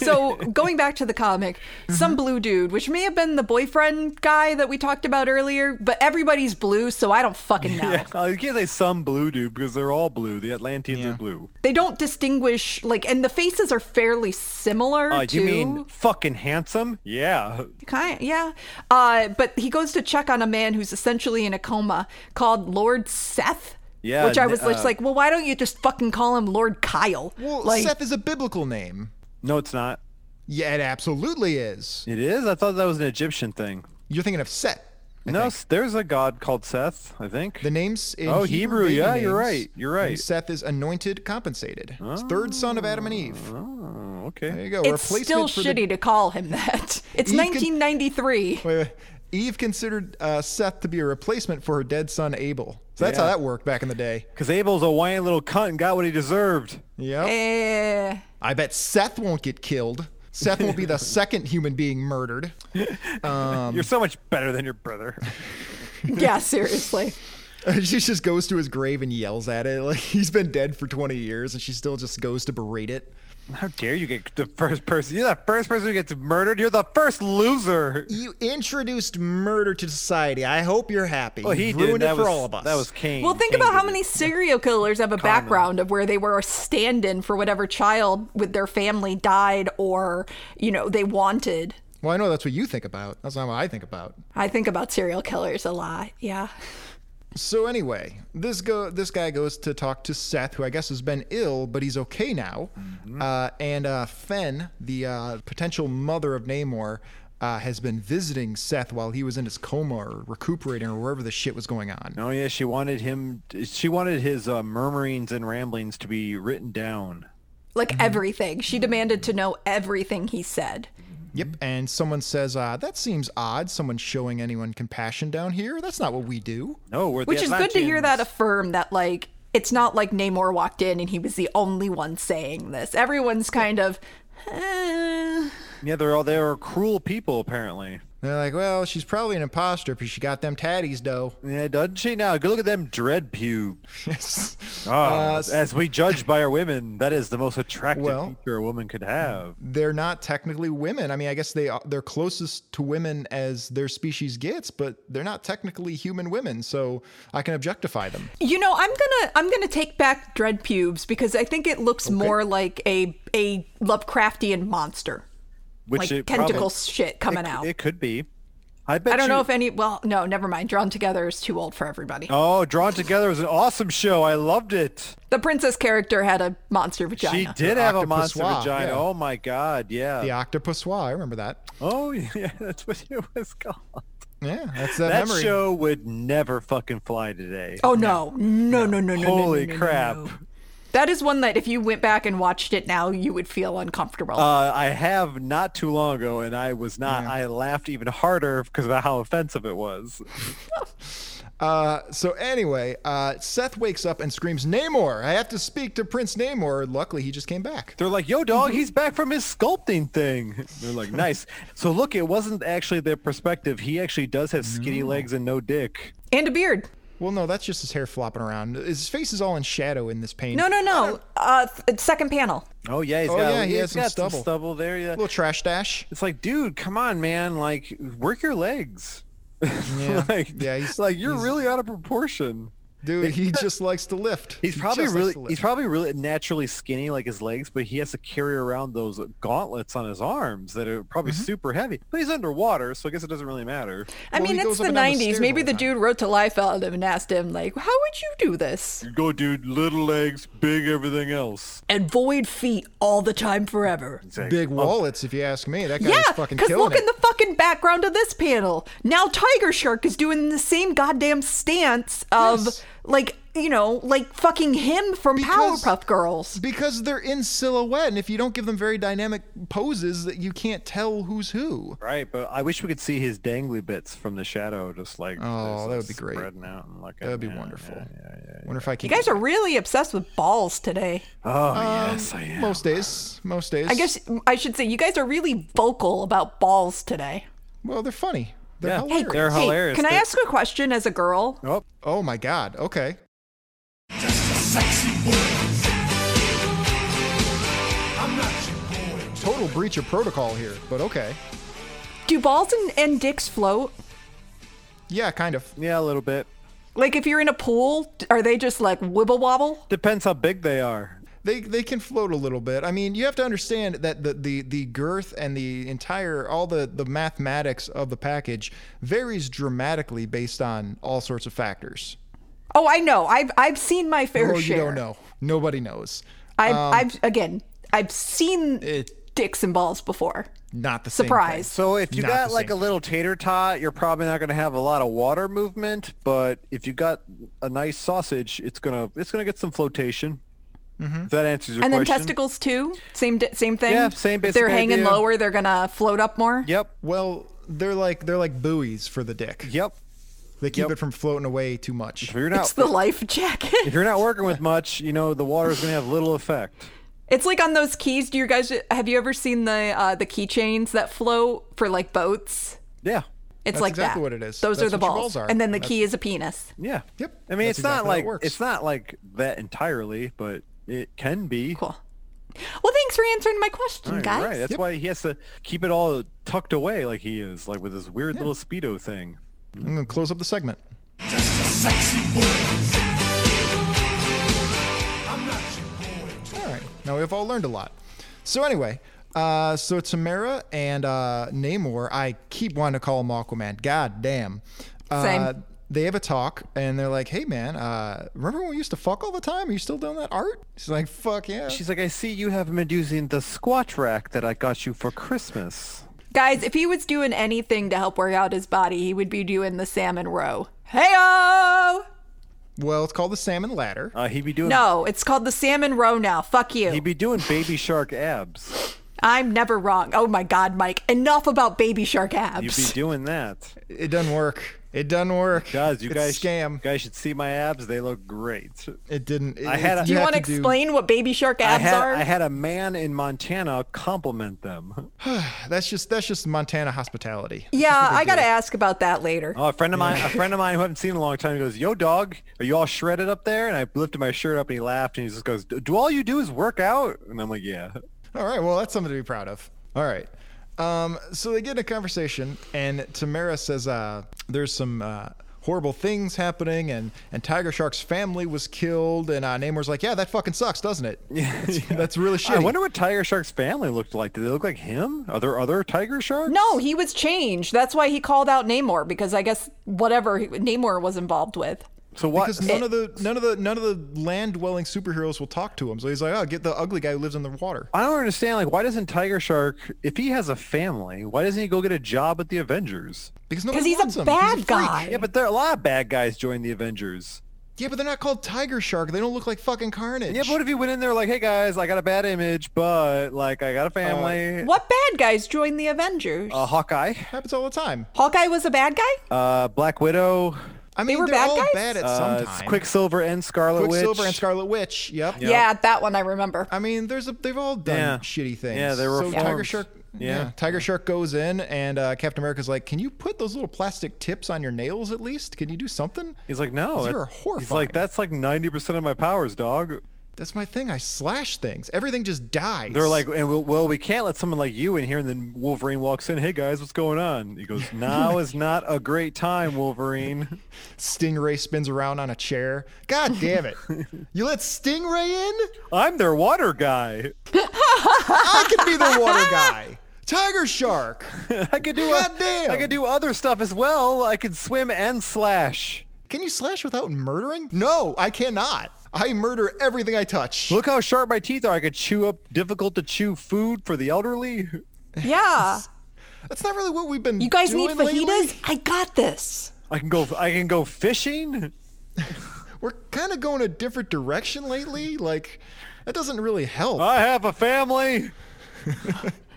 Speaker 3: So going back to the comic,
Speaker 5: Mm-hmm.
Speaker 3: some blue dude, which may have been the boyfriend guy that we talked about earlier, but everybody's blue, so I don't fucking know.
Speaker 5: Yeah, you can't say some blue dude because they're all blue. The Atlanteans are blue.
Speaker 3: They don't distinguish like, and the faces are fairly similar.
Speaker 5: Uh,
Speaker 3: to,
Speaker 5: you mean fucking handsome? Yeah.
Speaker 3: Kind yeah. Uh, but he goes to check on a man who's essentially in a coma called Lord Seth.
Speaker 5: Yeah,
Speaker 3: Which I was
Speaker 5: uh,
Speaker 3: just like, well, why don't you just fucking call him Lord Kyle?
Speaker 4: Well,
Speaker 3: like,
Speaker 4: Seth is a biblical name.
Speaker 5: No, it's not.
Speaker 4: Yeah, it absolutely is.
Speaker 5: It is. I thought that was an Egyptian thing.
Speaker 4: You're thinking of Set.
Speaker 5: no, s- there's a god called Seth. I think.
Speaker 4: The names in
Speaker 5: Oh, Hebrew,
Speaker 4: baby
Speaker 5: yeah, you're
Speaker 4: names,
Speaker 5: right, you're
Speaker 4: and
Speaker 5: right.
Speaker 4: Seth is anointed, compensated. It's Third son of Adam and Eve.
Speaker 5: oh,
Speaker 4: There
Speaker 5: okay.
Speaker 4: you go.
Speaker 3: it's
Speaker 4: Replacement
Speaker 3: still
Speaker 4: for
Speaker 3: shitty to call him that. It's
Speaker 4: You could-
Speaker 3: 1993.
Speaker 4: The, wait, wait. Eve considered uh, Seth to be a replacement for her dead son Abel. So that's how
Speaker 5: Yeah.
Speaker 4: that worked back in the day.
Speaker 5: Because Abel's a whiny little cunt and got what he deserved.
Speaker 4: Yep.
Speaker 3: Eh.
Speaker 4: I bet Seth won't get killed. Seth will be the second human being murdered. Um.
Speaker 5: You're so much better than your brother.
Speaker 3: yeah, seriously.
Speaker 4: she just goes to his grave and yells at it. Like he's been dead for 20 years and she still just goes to berate it.
Speaker 5: How dare you get the first person? You're the first person who gets murdered. You're the first loser.
Speaker 4: You introduced murder to society. I hope you're happy.
Speaker 5: Well, he
Speaker 4: You've
Speaker 5: did.
Speaker 4: ruined
Speaker 5: That
Speaker 4: it for
Speaker 5: was,
Speaker 4: all of us.
Speaker 5: That was Cain.
Speaker 3: Well, think
Speaker 5: Cain
Speaker 3: about
Speaker 5: did
Speaker 3: how
Speaker 5: it.
Speaker 3: many serial killers have a background of where they were a stand-in for whatever child with their family died or, you know, they wanted.
Speaker 4: Well, I know that's what you think about. That's not what I think about.
Speaker 3: I think about serial killers a lot. Yeah.
Speaker 4: So anyway, this go this guy goes to talk to Seth, who I guess has been ill, but he's okay now. Uh, and uh, Fen, the uh, potential mother of Namor, uh, has been visiting Seth while he was in his coma or recuperating or wherever the shit was going on.
Speaker 5: Oh yeah, she wanted him. She wanted his uh, murmurings and ramblings to be written down.
Speaker 3: Like
Speaker 5: Mm-hmm.
Speaker 3: everything. She demanded to know everything he said.
Speaker 4: Yep. And someone says, uh, "That seems odd. Someone showing anyone compassion down here. That's not what we do."
Speaker 5: No, we're the
Speaker 3: Which is good to hear that
Speaker 5: Atlanteans.
Speaker 3: affirm that like it's not like Namor walked in and he was the only one saying this. Everyone's kind of eh.
Speaker 5: Yeah, they're all they are cruel people apparently.
Speaker 4: They're like, "Well, she's probably an imposter, because she got them tatties, though."
Speaker 5: Yeah, doesn't she now? Go look at them dread pubes.
Speaker 4: Yes.
Speaker 5: Ah, as we judge by our women, that is the most attractive
Speaker 4: Well-
Speaker 5: feature a woman could have.
Speaker 4: they're not technically women. I mean, I guess they are, they're closest to women as their species gets, but they're not technically human women, so I can objectify them.
Speaker 3: You know, I'm gonna I'm gonna take back dread pubes because I think it looks more like a a Lovecraftian monster,
Speaker 5: Which
Speaker 3: like
Speaker 5: it
Speaker 3: tentacle
Speaker 5: probably-
Speaker 3: shit coming
Speaker 5: it,
Speaker 3: out.
Speaker 5: It could be. I bet.
Speaker 3: I don't
Speaker 5: you-
Speaker 3: know if any. Well, no, never mind. Drawn Together is too old for everybody.
Speaker 5: Oh, Drawn Together was an awesome show. I loved it.
Speaker 3: The princess character had a monster vagina.
Speaker 5: She did have a
Speaker 4: Octopus
Speaker 5: monster
Speaker 4: Wah,
Speaker 5: vagina.
Speaker 4: yeah.
Speaker 5: Oh my god, yeah.
Speaker 4: The octopus why? I remember that.
Speaker 5: Oh yeah, that's what it was called.
Speaker 4: Yeah, that's that,
Speaker 5: that
Speaker 4: memory.
Speaker 5: show would never fucking fly today.
Speaker 3: Oh no. No, no, no, no. no,
Speaker 5: Holy
Speaker 3: no, no, no,
Speaker 5: crap.
Speaker 3: no. That is one that if you went back and watched it now, you would feel uncomfortable.
Speaker 5: Uh, I have not too long ago, and I was not. I laughed even harder because of how offensive it was.
Speaker 4: Uh, so anyway, uh, Seth wakes up and screams, "Namor! I have to speak to Prince Namor." Luckily, he just came back.
Speaker 5: They're like, "Yo, dog, he's back from his sculpting thing." They're like, "Nice." So look, it wasn't actually their perspective. He actually does have skinny legs and no dick.
Speaker 3: and a beard.
Speaker 4: Well, no, that's just his hair flopping around. His face is all in shadow in this painting.
Speaker 3: No, no, no. Uh, th- second panel.
Speaker 5: Oh yeah, he's
Speaker 4: Oh,
Speaker 5: got,
Speaker 4: yeah, he
Speaker 5: he's
Speaker 4: has some
Speaker 5: got
Speaker 4: stubble.
Speaker 5: there. Yeah.
Speaker 4: Little trash dash.
Speaker 5: It's like, dude, come on, man. Like, work your legs.
Speaker 4: Yeah.
Speaker 5: like,
Speaker 4: Yeah, he's-
Speaker 5: like you're
Speaker 4: he's-
Speaker 5: really out of proportion.
Speaker 4: Dude, he just likes to lift.
Speaker 5: He's
Speaker 4: He
Speaker 5: probably
Speaker 4: just likes
Speaker 5: really
Speaker 4: to
Speaker 5: he's
Speaker 4: lift.
Speaker 5: probably really naturally skinny like his legs, but he has to carry around those gauntlets on his arms that are probably super heavy. But he's underwater, so I guess it doesn't really matter.
Speaker 3: I
Speaker 4: Well,
Speaker 3: mean,
Speaker 4: he
Speaker 3: it's
Speaker 4: goes up
Speaker 3: the
Speaker 4: and down the
Speaker 3: 90s.
Speaker 4: stairs
Speaker 3: Maybe
Speaker 4: all
Speaker 3: the
Speaker 4: the time.
Speaker 3: dude wrote to Liefeld and asked him, like, how would you do this?
Speaker 5: Go, dude. Little legs, big everything else.
Speaker 3: And void feet all the time forever.
Speaker 4: big
Speaker 5: Oh.
Speaker 4: wallets, if you ask me. That guy
Speaker 3: Yeah,
Speaker 4: is fucking
Speaker 3: because
Speaker 4: killing
Speaker 3: look
Speaker 4: it.
Speaker 3: in the fucking background of this panel. Now Tiger Shark is doing the same goddamn stance of,
Speaker 4: Yes.
Speaker 3: like, you know, like fucking him from
Speaker 4: Because-
Speaker 3: Powerpuff Girls.
Speaker 4: Because they're in silhouette, and if you don't give them very dynamic poses, that you can't tell who's who.
Speaker 5: Right, but I wish we could see his dangly bits from the shadow, just like
Speaker 4: Oh,
Speaker 5: just,
Speaker 4: that
Speaker 5: like,
Speaker 4: would be great.
Speaker 5: Spreading out and like
Speaker 4: That would be wonderful. Wonder if I can.
Speaker 3: You guys are really obsessed with balls today.
Speaker 5: Oh yes, I am.
Speaker 4: um, most days. Most days.
Speaker 3: I guess I should say you guys are really vocal about balls today.
Speaker 4: Well, they're funny. They're
Speaker 5: yeah,
Speaker 4: hilarious.
Speaker 5: they're
Speaker 3: Hey,
Speaker 5: hilarious.
Speaker 3: can I
Speaker 5: They're-
Speaker 3: ask a question as a girl?
Speaker 5: Oh,
Speaker 4: Oh my god. Okay. Total breach of protocol here, but okay.
Speaker 3: Do balls and, and dicks float?
Speaker 4: Yeah, kind of.
Speaker 5: yeah, a little bit.
Speaker 3: Like if you're in a pool, d- are they just like wibble wobble?
Speaker 5: Depends how big they are.
Speaker 4: They they can float a little bit. I mean, you have to understand that the the, the girth and the entire all the, the mathematics of the package varies dramatically based on all sorts of factors.
Speaker 3: Oh, I know. I've I've seen my fair
Speaker 4: oh,
Speaker 3: share.
Speaker 4: you don't know. Um, Nobody knows.
Speaker 3: I've I've again I've seen dicks and balls before.
Speaker 4: Not the same thing.
Speaker 3: Surprise.
Speaker 5: So if you
Speaker 4: Not
Speaker 5: got
Speaker 4: the
Speaker 5: like
Speaker 4: same.
Speaker 5: a little tater tot, you're probably not going to have a lot of water movement. But if you got a nice sausage, it's gonna it's gonna get some flotation.
Speaker 4: Mm-hmm.
Speaker 5: If that answers your
Speaker 3: and then
Speaker 5: question.
Speaker 3: testicles too. Same di- same thing.
Speaker 5: Yeah, same
Speaker 3: If they're
Speaker 5: basic
Speaker 3: hanging
Speaker 5: idea.
Speaker 3: lower, they're gonna float up more.
Speaker 5: Yep.
Speaker 4: Well, they're like they're like buoys for the dick.
Speaker 5: Yep.
Speaker 4: They keep
Speaker 5: Yep.
Speaker 4: it from floating away too much.
Speaker 5: If you're not
Speaker 3: It's the life jacket.
Speaker 5: if you're not working with much, you know the water's going to have little effect.
Speaker 3: It's like on those keys. Do you guys have you ever seen the uh, the keychains that float for like boats?
Speaker 5: Yeah.
Speaker 3: It's
Speaker 4: That's
Speaker 3: like
Speaker 4: exactly
Speaker 3: that.
Speaker 4: what it is.
Speaker 3: Those
Speaker 4: That's
Speaker 3: are the
Speaker 4: what your
Speaker 3: balls.
Speaker 4: balls are.
Speaker 3: and then the
Speaker 4: That's-
Speaker 3: key is a penis.
Speaker 5: Yeah.
Speaker 4: Yep.
Speaker 5: I mean,
Speaker 4: That's
Speaker 5: it's not
Speaker 4: exactly how it
Speaker 5: like
Speaker 4: works.
Speaker 5: it's not like that entirely, but it can be.
Speaker 3: Cool. Well, thanks for answering my question,
Speaker 5: Right,
Speaker 3: guys.
Speaker 5: right. That's why he has to keep it all tucked away like he is, like with his weird little speedo thing.
Speaker 4: I'm gonna close up the segment. All right. Now we've all learned a lot. So anyway, uh, so Tamara and uh, Namor, I keep wanting to call him Aquaman. God damn. Uh,
Speaker 3: Same.
Speaker 4: They have a talk and they're like, "Hey man, uh, remember when we used to fuck all the time? Are you still doing that art?" She's like, "Fuck yeah."
Speaker 5: She's like, I see you haven't been using the squat rack that I got you for Christmas.
Speaker 3: Guys, if he was doing anything to help work out his body, he would be doing the salmon row. Heyo!
Speaker 4: well, it's called the salmon ladder.
Speaker 5: Uh, he'd be doing
Speaker 3: No, it's called the salmon row now. Fuck you.
Speaker 5: he'd be doing baby shark abs.
Speaker 3: I'm never wrong. Oh my god, Mike. Enough about baby shark
Speaker 5: You'd be
Speaker 3: abs.
Speaker 5: doing that,
Speaker 4: It doesn't work. It doesn't work.
Speaker 5: guys. You
Speaker 4: It's a
Speaker 5: guys,
Speaker 4: scam.
Speaker 5: guys should see my abs. They look great.
Speaker 4: It didn't. It,
Speaker 5: I had a-
Speaker 4: it's-
Speaker 3: do you
Speaker 4: have
Speaker 3: want to
Speaker 4: do-
Speaker 3: explain what baby shark
Speaker 5: I
Speaker 3: abs
Speaker 5: had
Speaker 3: are?
Speaker 5: I had a man in Montana compliment them.
Speaker 4: That's just that's just Montana hospitality.
Speaker 3: yeah, I gotta ask about that later.
Speaker 5: Oh, a friend of mine, a friend of mine who I haven't seen in a long time, he goes, "Yo, dog, are you all shredded up there?" And I lifted my shirt up, and he laughed, and he just goes, "Do do all you do is work out?" And I'm like, "Yeah."
Speaker 4: All right, well that's something to be proud of. All right. Um, so they get in a conversation, and Tamara says, uh, "There's some uh, horrible things happening, and and Tiger Shark's family was killed." And uh, Namor's like, "Yeah, that fucking sucks, doesn't it? that's, that's really shitty."
Speaker 5: I wonder what Tiger Shark's family looked like. Did they look like him? Are there other Tiger Sharks?
Speaker 3: No, he was changed. That's why he called out Namor because I guess whatever he- Namor was involved with.
Speaker 5: So what?
Speaker 4: because
Speaker 3: Eh.
Speaker 4: none of the none of the none of the land dwelling superheroes will talk to him. So he's like, "Oh, get the ugly guy who lives in the water."
Speaker 5: I don't understand. Like, why doesn't Tiger Shark, if he has a family, why doesn't he go get a job at the Avengers?
Speaker 3: Because
Speaker 4: Because nobody
Speaker 3: he's
Speaker 4: wants
Speaker 3: a
Speaker 4: him.
Speaker 3: bad
Speaker 4: freak.
Speaker 3: guy.
Speaker 5: Yeah, but there are a lot of bad guys join the Avengers.
Speaker 4: Yeah, but they're not called Tiger Shark. They don't look like fucking Carnage.
Speaker 5: Yeah, but what if he went in there like, "Hey guys, I got a bad image, but like I
Speaker 4: Uh,
Speaker 5: got a family."
Speaker 3: What bad guys joined the Avengers?
Speaker 5: Uh, Hawkeye,
Speaker 4: happens all the time.
Speaker 3: Hawkeye was a bad guy?
Speaker 5: uh, Black Widow,
Speaker 4: I mean,
Speaker 3: were
Speaker 4: they're
Speaker 3: bad
Speaker 4: all
Speaker 3: guys?
Speaker 4: bad at
Speaker 5: Uh,
Speaker 4: some
Speaker 5: it's
Speaker 4: time.
Speaker 5: Quicksilver and Scarlet Witch.
Speaker 4: Quicksilver and Scarlet Witch. Yep.
Speaker 3: Yeah. that one I remember.
Speaker 4: I mean, there's a they've all done
Speaker 5: Yeah.
Speaker 4: shitty things.
Speaker 5: Yeah, they were
Speaker 4: so Tiger
Speaker 5: reformed.
Speaker 4: Shark. Yeah.
Speaker 5: Yeah.
Speaker 4: Tiger Shark goes in, and uh, Captain America's like, "Can you put those little plastic tips on your nails at least? Can you do something?"
Speaker 5: He's like, no,
Speaker 4: These
Speaker 5: it-
Speaker 4: are
Speaker 5: He's
Speaker 4: horrifying.
Speaker 5: like, that's like ninety percent of my powers, dog.
Speaker 4: That's my thing. I slash things. Everything just dies.
Speaker 5: They're like, and well, well, we can't let someone like you in here. And then Wolverine walks in. Hey guys, what's going on? He goes, now is not a great time, Wolverine.
Speaker 4: Stingray spins around on a chair. God damn it! you let Stingray in?
Speaker 5: I'm their water guy.
Speaker 4: I could be the water guy. Tiger Shark.
Speaker 5: I could do,
Speaker 4: God
Speaker 5: oth-
Speaker 4: damn.
Speaker 5: I could do other stuff as well. I could swim and slash.
Speaker 4: Can you slash without murdering? No, I cannot. I murder everything I touch.
Speaker 5: Look how sharp my teeth are. I could chew up difficult to chew food for the elderly.
Speaker 3: Yeah.
Speaker 4: That's not really what we've been.
Speaker 3: You guys need
Speaker 4: doing
Speaker 3: fajitas?
Speaker 4: lately.
Speaker 3: I got this.
Speaker 5: I can go. I can go fishing.
Speaker 4: We're kind of going a different direction lately. Like, that doesn't really help.
Speaker 5: I have a family.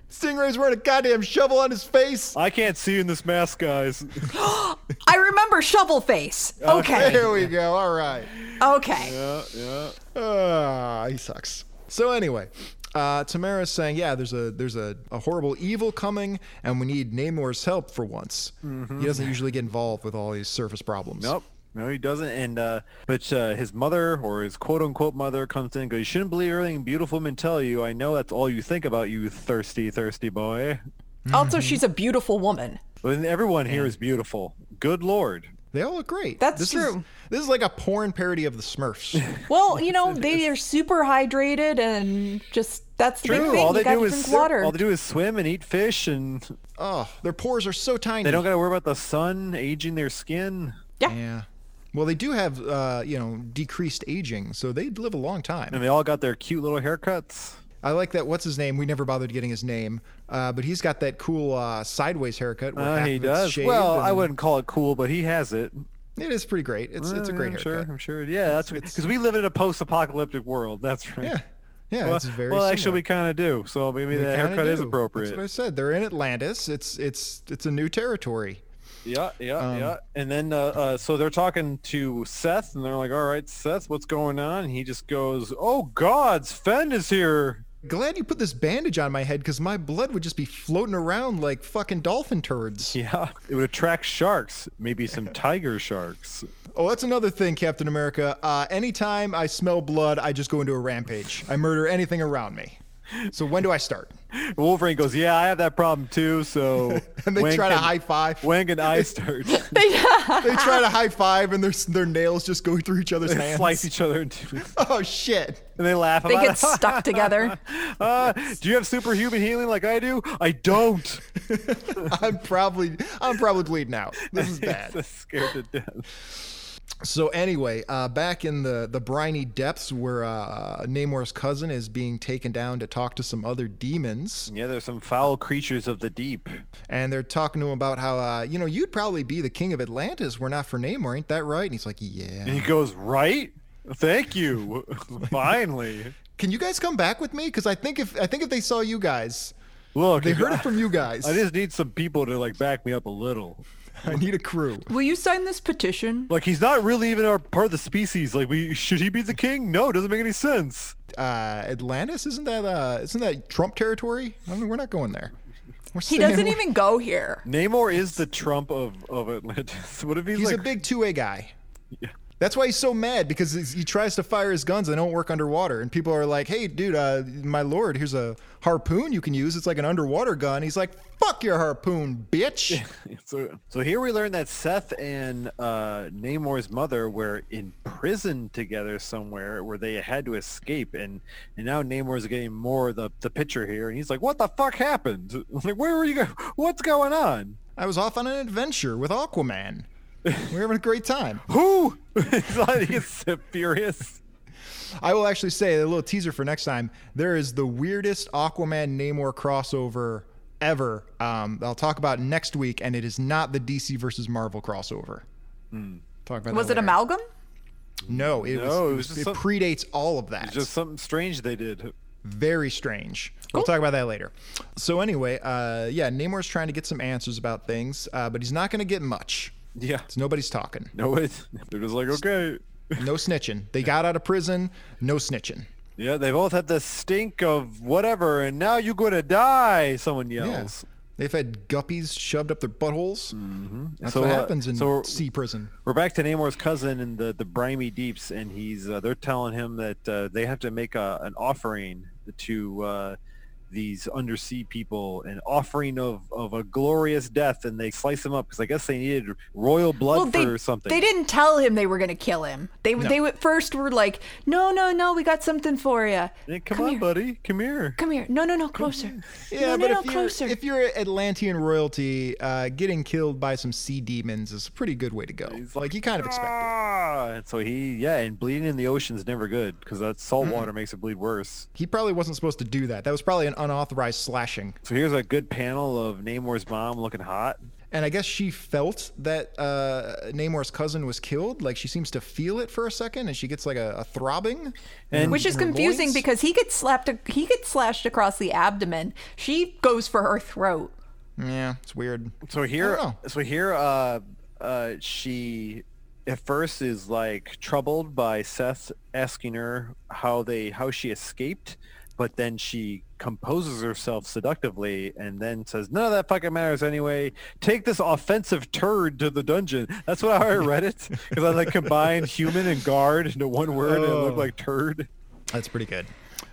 Speaker 4: Stingray's wearing a goddamn shovel on his face.
Speaker 5: I can't see in this mask, guys.
Speaker 3: I remember Shovel Face. Okay.
Speaker 4: There we go. All right.
Speaker 3: Okay.
Speaker 4: Ah, he sucks. So anyway, Uh, Tamara's saying, "Yeah, there's a there's a, a horrible evil coming, and we need Namor's help for once. He doesn't usually get involved with all these surface problems.
Speaker 5: Mm-hmm. Nope. No, he doesn't. And uh, but uh, his mother or his quote unquote mother comes in and goes, "You shouldn't believe everything beautiful men tell you. I know that's all you think about, you thirsty, thirsty boy."
Speaker 3: Also, she's a beautiful woman.
Speaker 5: But everyone here is beautiful. Good lord.
Speaker 4: They all look great.
Speaker 3: That's
Speaker 4: this Is,
Speaker 3: true.
Speaker 4: this is like a porn parody of the Smurfs.
Speaker 3: Well, you know, they are super hydrated and just that's the big
Speaker 5: True.
Speaker 3: thing.
Speaker 5: All
Speaker 3: you
Speaker 5: they
Speaker 3: gotta
Speaker 5: do is
Speaker 3: drink
Speaker 5: swim-
Speaker 3: water.
Speaker 5: all they do is swim and eat fish, and
Speaker 4: oh, their pores are so tiny.
Speaker 5: they don't got to worry about the sun aging their skin.
Speaker 4: Yeah. Well, they do have uh, you know decreased aging, so they live a long time.
Speaker 5: And they all got their cute little haircuts.
Speaker 4: I like that. What's his name? We never bothered getting his name, uh, but he's got that cool uh, sideways haircut. Where
Speaker 5: Uh,
Speaker 4: half
Speaker 5: he
Speaker 4: of it's
Speaker 5: does.
Speaker 4: shaved
Speaker 5: Well, I
Speaker 4: and-
Speaker 5: wouldn't call it cool, but he has it.
Speaker 4: It is pretty great. It's it's a
Speaker 5: Uh,
Speaker 4: great
Speaker 5: I'm
Speaker 4: haircut.
Speaker 5: Sure, I'm sure. Yeah, that's because we live in a post-apocalyptic world. That's right.
Speaker 4: Yeah, yeah.
Speaker 5: Well,
Speaker 4: it's very
Speaker 5: well, actually,
Speaker 4: similar.
Speaker 5: we kind of do. So maybe
Speaker 4: They
Speaker 5: the
Speaker 4: kinda
Speaker 5: haircut
Speaker 4: do.
Speaker 5: is
Speaker 4: That's what I
Speaker 5: appropriate.
Speaker 4: said. They're in Atlantis. It's it's it's a new territory.
Speaker 5: Yeah, yeah,
Speaker 4: Um,
Speaker 5: yeah. And then, uh, uh, so they're talking to Seth, and they're like, "All right, Seth, what's going on?" And he just goes, "Oh gods, Fend is here."
Speaker 4: Glad you put this bandage on my head because my blood would just be floating around like fucking dolphin turds.
Speaker 5: Yeah, it would attract sharks, maybe some tiger sharks.
Speaker 4: Oh, that's another thing, Captain America. Uh, anytime I smell blood, I just go into a rampage. I murder anything around me. So when do I start?
Speaker 5: Wolverine goes, "Yeah, I have that problem too." So
Speaker 4: And they
Speaker 5: when
Speaker 4: try to
Speaker 5: can-
Speaker 4: high five.
Speaker 5: When can I start?
Speaker 4: They try to high five, and their their nails just go through each other's
Speaker 5: they
Speaker 4: hands.
Speaker 5: slice each other into, and
Speaker 4: oh shit!
Speaker 5: they laugh
Speaker 3: they
Speaker 5: about
Speaker 3: get
Speaker 5: it.
Speaker 3: stuck together.
Speaker 5: Uh, do you have superhuman healing like I do? I don't.
Speaker 4: I'm probably I'm probably bleeding out. This is bad.
Speaker 5: so scared to death.
Speaker 4: So anyway, uh, back in the the briny depths where uh, Namor's cousin is being taken down to talk to some other demons,
Speaker 5: Yeah, there's some foul creatures of the deep.
Speaker 4: and they're talking to him about how uh, you know you'd probably be the king of Atlantis were not for Namor, ain't that right? And he's like,
Speaker 5: And
Speaker 4: yeah.
Speaker 5: he goes, right? Thank you. Finally.
Speaker 4: Can you guys come back with me? Because I think if I think if they saw you guys,
Speaker 5: Look,
Speaker 4: they heard it from you guys.
Speaker 5: I just need some people to like back me up a little.
Speaker 4: I need a crew.
Speaker 3: Will you sign this petition?
Speaker 5: Like he's not really even our part of the species. Like we should he be the king? No, it doesn't make any sense.
Speaker 4: Uh, Atlantis isn't that uh, isn't that Trump territory? I mean, we're not going there. We're
Speaker 3: He
Speaker 4: staying-
Speaker 3: doesn't even go here.
Speaker 5: Namor is the Trump of, of Atlantis. What if he's,
Speaker 4: He's
Speaker 5: like
Speaker 4: a big two-way guy. That's why he's so mad because he's- he tries to fire his guns. They don't work underwater, and people are like, "Hey, dude, uh, my lord, here's a harpoon you can use. It's like an underwater gun." He's like, "Fuck your harpoon, bitch."
Speaker 5: So, so here we learn that Seth and uh, Namor's mother were in prison together somewhere where they had to escape, and, and now Namor's getting more the the picture here, and he's like, "What the fuck happened? Like, where were you? Go- What's going on?
Speaker 4: I was off on an adventure with Aquaman. We were having a great time.
Speaker 5: Who?" It's like he gets furious.
Speaker 4: I will actually say a little teaser for next time. There is the weirdest Aquaman Namor crossover ever. Um, I'll talk about next week, and it is not the DC versus Marvel crossover. Talk about
Speaker 3: Was
Speaker 4: that
Speaker 3: it
Speaker 4: later.
Speaker 3: amalgam?
Speaker 4: No, it was,
Speaker 5: No,
Speaker 4: it,
Speaker 5: it was
Speaker 4: was-
Speaker 5: just
Speaker 4: it
Speaker 5: some-
Speaker 4: predates all of that.
Speaker 5: Just something strange they did.
Speaker 4: Very strange. We'll talk about that later. So anyway, uh, yeah, Namor's trying to get some answers about things, uh, but he's not going to get much.
Speaker 5: Yeah.
Speaker 4: So nobody's talking.
Speaker 5: No, it, they're just like, okay.
Speaker 4: No snitching. They got out of prison. No snitching.
Speaker 5: Yeah, they both had the stink of whatever, and now you're gonna die. Someone
Speaker 4: Yeah.
Speaker 5: yells.
Speaker 4: They've had guppies shoved up their buttholes. That's
Speaker 5: So,
Speaker 4: what
Speaker 5: uh,
Speaker 4: happens in
Speaker 5: so we're-
Speaker 4: sea prison.
Speaker 5: We're back to Namor's cousin in the, the brimy deeps, and he's uh, they're telling him that uh, they have to make a, an offering to uh, these undersea people, an offering of, of a glorious death, and they slice him up because I guess they needed royal blood
Speaker 3: they,
Speaker 5: for something.
Speaker 3: they didn't tell him they were going to kill him. They they at first were like, "No, no, no, we got something for you.
Speaker 5: Hey, come, on,
Speaker 3: here.
Speaker 5: buddy, come here.
Speaker 3: Come here. No, no, no, closer.
Speaker 4: Yeah,
Speaker 3: no, no,
Speaker 4: but
Speaker 3: no,
Speaker 4: if, you're,
Speaker 3: closer."
Speaker 4: if you're Atlantean royalty, uh, getting killed by some sea demons is a pretty good way to go. like you kind of expect it.
Speaker 5: Ah! And so he, yeah, and bleeding in the ocean is never good because that salt water makes it bleed worse.
Speaker 4: He probably wasn't supposed to do that. That was probably an unauthorized slashing.
Speaker 5: So here's a good panel of Namor's mom looking hot.
Speaker 4: And I guess she felt that uh, Namor's cousin was killed. Like she seems to feel it for a second, and she gets like a, a throbbing.
Speaker 5: And
Speaker 3: Which is
Speaker 4: Her
Speaker 3: confusing
Speaker 4: voice?
Speaker 3: because he gets slapped. He gets slashed across the abdomen. She goes for her throat.
Speaker 4: Yeah, it's weird.
Speaker 5: So here,
Speaker 4: know.
Speaker 5: so here, uh, uh, she at first is like troubled by Seth asking her how they how she escaped, but then she composes herself seductively and then says, none of that fucking matters anyway. Take this offensive turd to the dungeon. That's what I read it because I like combined human and guard into one word and it looked like turd.
Speaker 4: That's pretty good.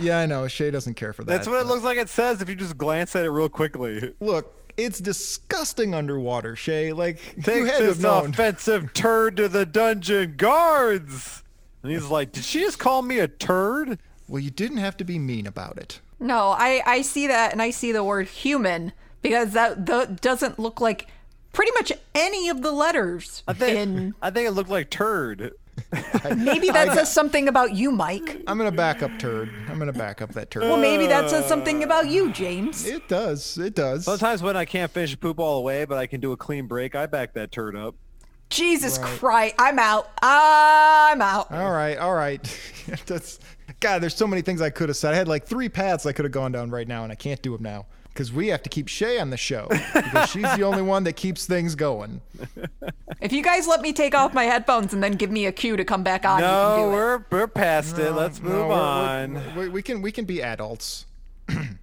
Speaker 4: Yeah, I know. Shay doesn't care for that.
Speaker 5: That's what it looks like it says if you just glance at it real quickly.
Speaker 4: Look, it's disgusting underwater, Shay. Like you
Speaker 5: Take
Speaker 4: had to
Speaker 5: this
Speaker 4: have known.
Speaker 5: offensive turd to the dungeon guards. And he's like, did she just call me a turd?
Speaker 4: Well, you didn't have to be mean about it.
Speaker 3: No, I, I see that and I see the word human because that, that doesn't look like pretty much any of the letters.
Speaker 5: I think,
Speaker 3: in,
Speaker 5: I think it looked like turd.
Speaker 3: maybe that says something about you, Mike.
Speaker 4: I'm gonna back up turd. I'm gonna back up that turd.
Speaker 3: Well, maybe that says something about you, James.
Speaker 4: it does. It does.
Speaker 5: Sometimes when I can't finish poop all the way, but I can do a clean break, I back that turd up.
Speaker 3: Jesus Christ. I'm out. I'm out.
Speaker 4: All right, all right. That's God. There's so many things I could have said. I had like three paths I could have gone down right now, and I can't do them now because we have to keep Shay on the show because she's the only one that keeps things going.
Speaker 3: If you guys let me take off my headphones and then give me a cue to come back on, you
Speaker 5: No,
Speaker 3: can do it.
Speaker 5: we're, we're past it. Let's move
Speaker 4: No, we're-
Speaker 5: on.
Speaker 4: we're- we we can we can be adults.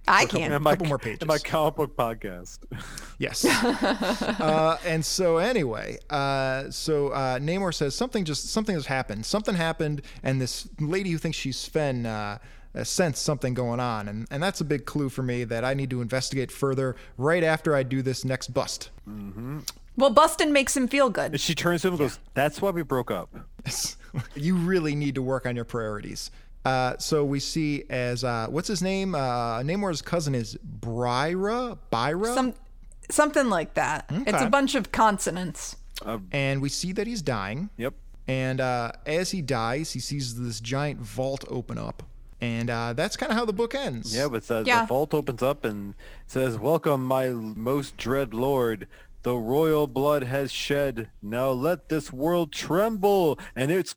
Speaker 3: I can.
Speaker 5: my,
Speaker 4: couple more
Speaker 5: And my
Speaker 4: pages.
Speaker 5: comic book podcast.
Speaker 4: Yes. uh, and so anyway, uh, so uh, Namor says something just something has happened. Something happened, and this lady who thinks she's Fen uh, uh, sensed something going on, and and that's a big clue for me that I need to investigate further right after I do this next bust.
Speaker 3: Well, Bustin makes him feel good.
Speaker 5: And she turns to him and goes, that's why we broke up.
Speaker 4: you really need to work on your priorities. Uh, so we see as uh, what's his name? Uh, Namor's cousin is Bryra, Byra,
Speaker 3: Some, something like that. It's a bunch of consonants.
Speaker 4: and we see that he's dying.
Speaker 5: Yep.
Speaker 4: And uh, as he dies, he sees this giant vault open up, and uh, that's kind of how the book ends.
Speaker 5: Yeah, but the,
Speaker 3: Yeah.
Speaker 5: the vault opens up and says, welcome, my most dread lord. The royal blood has shed. Now let this world tremble. And it's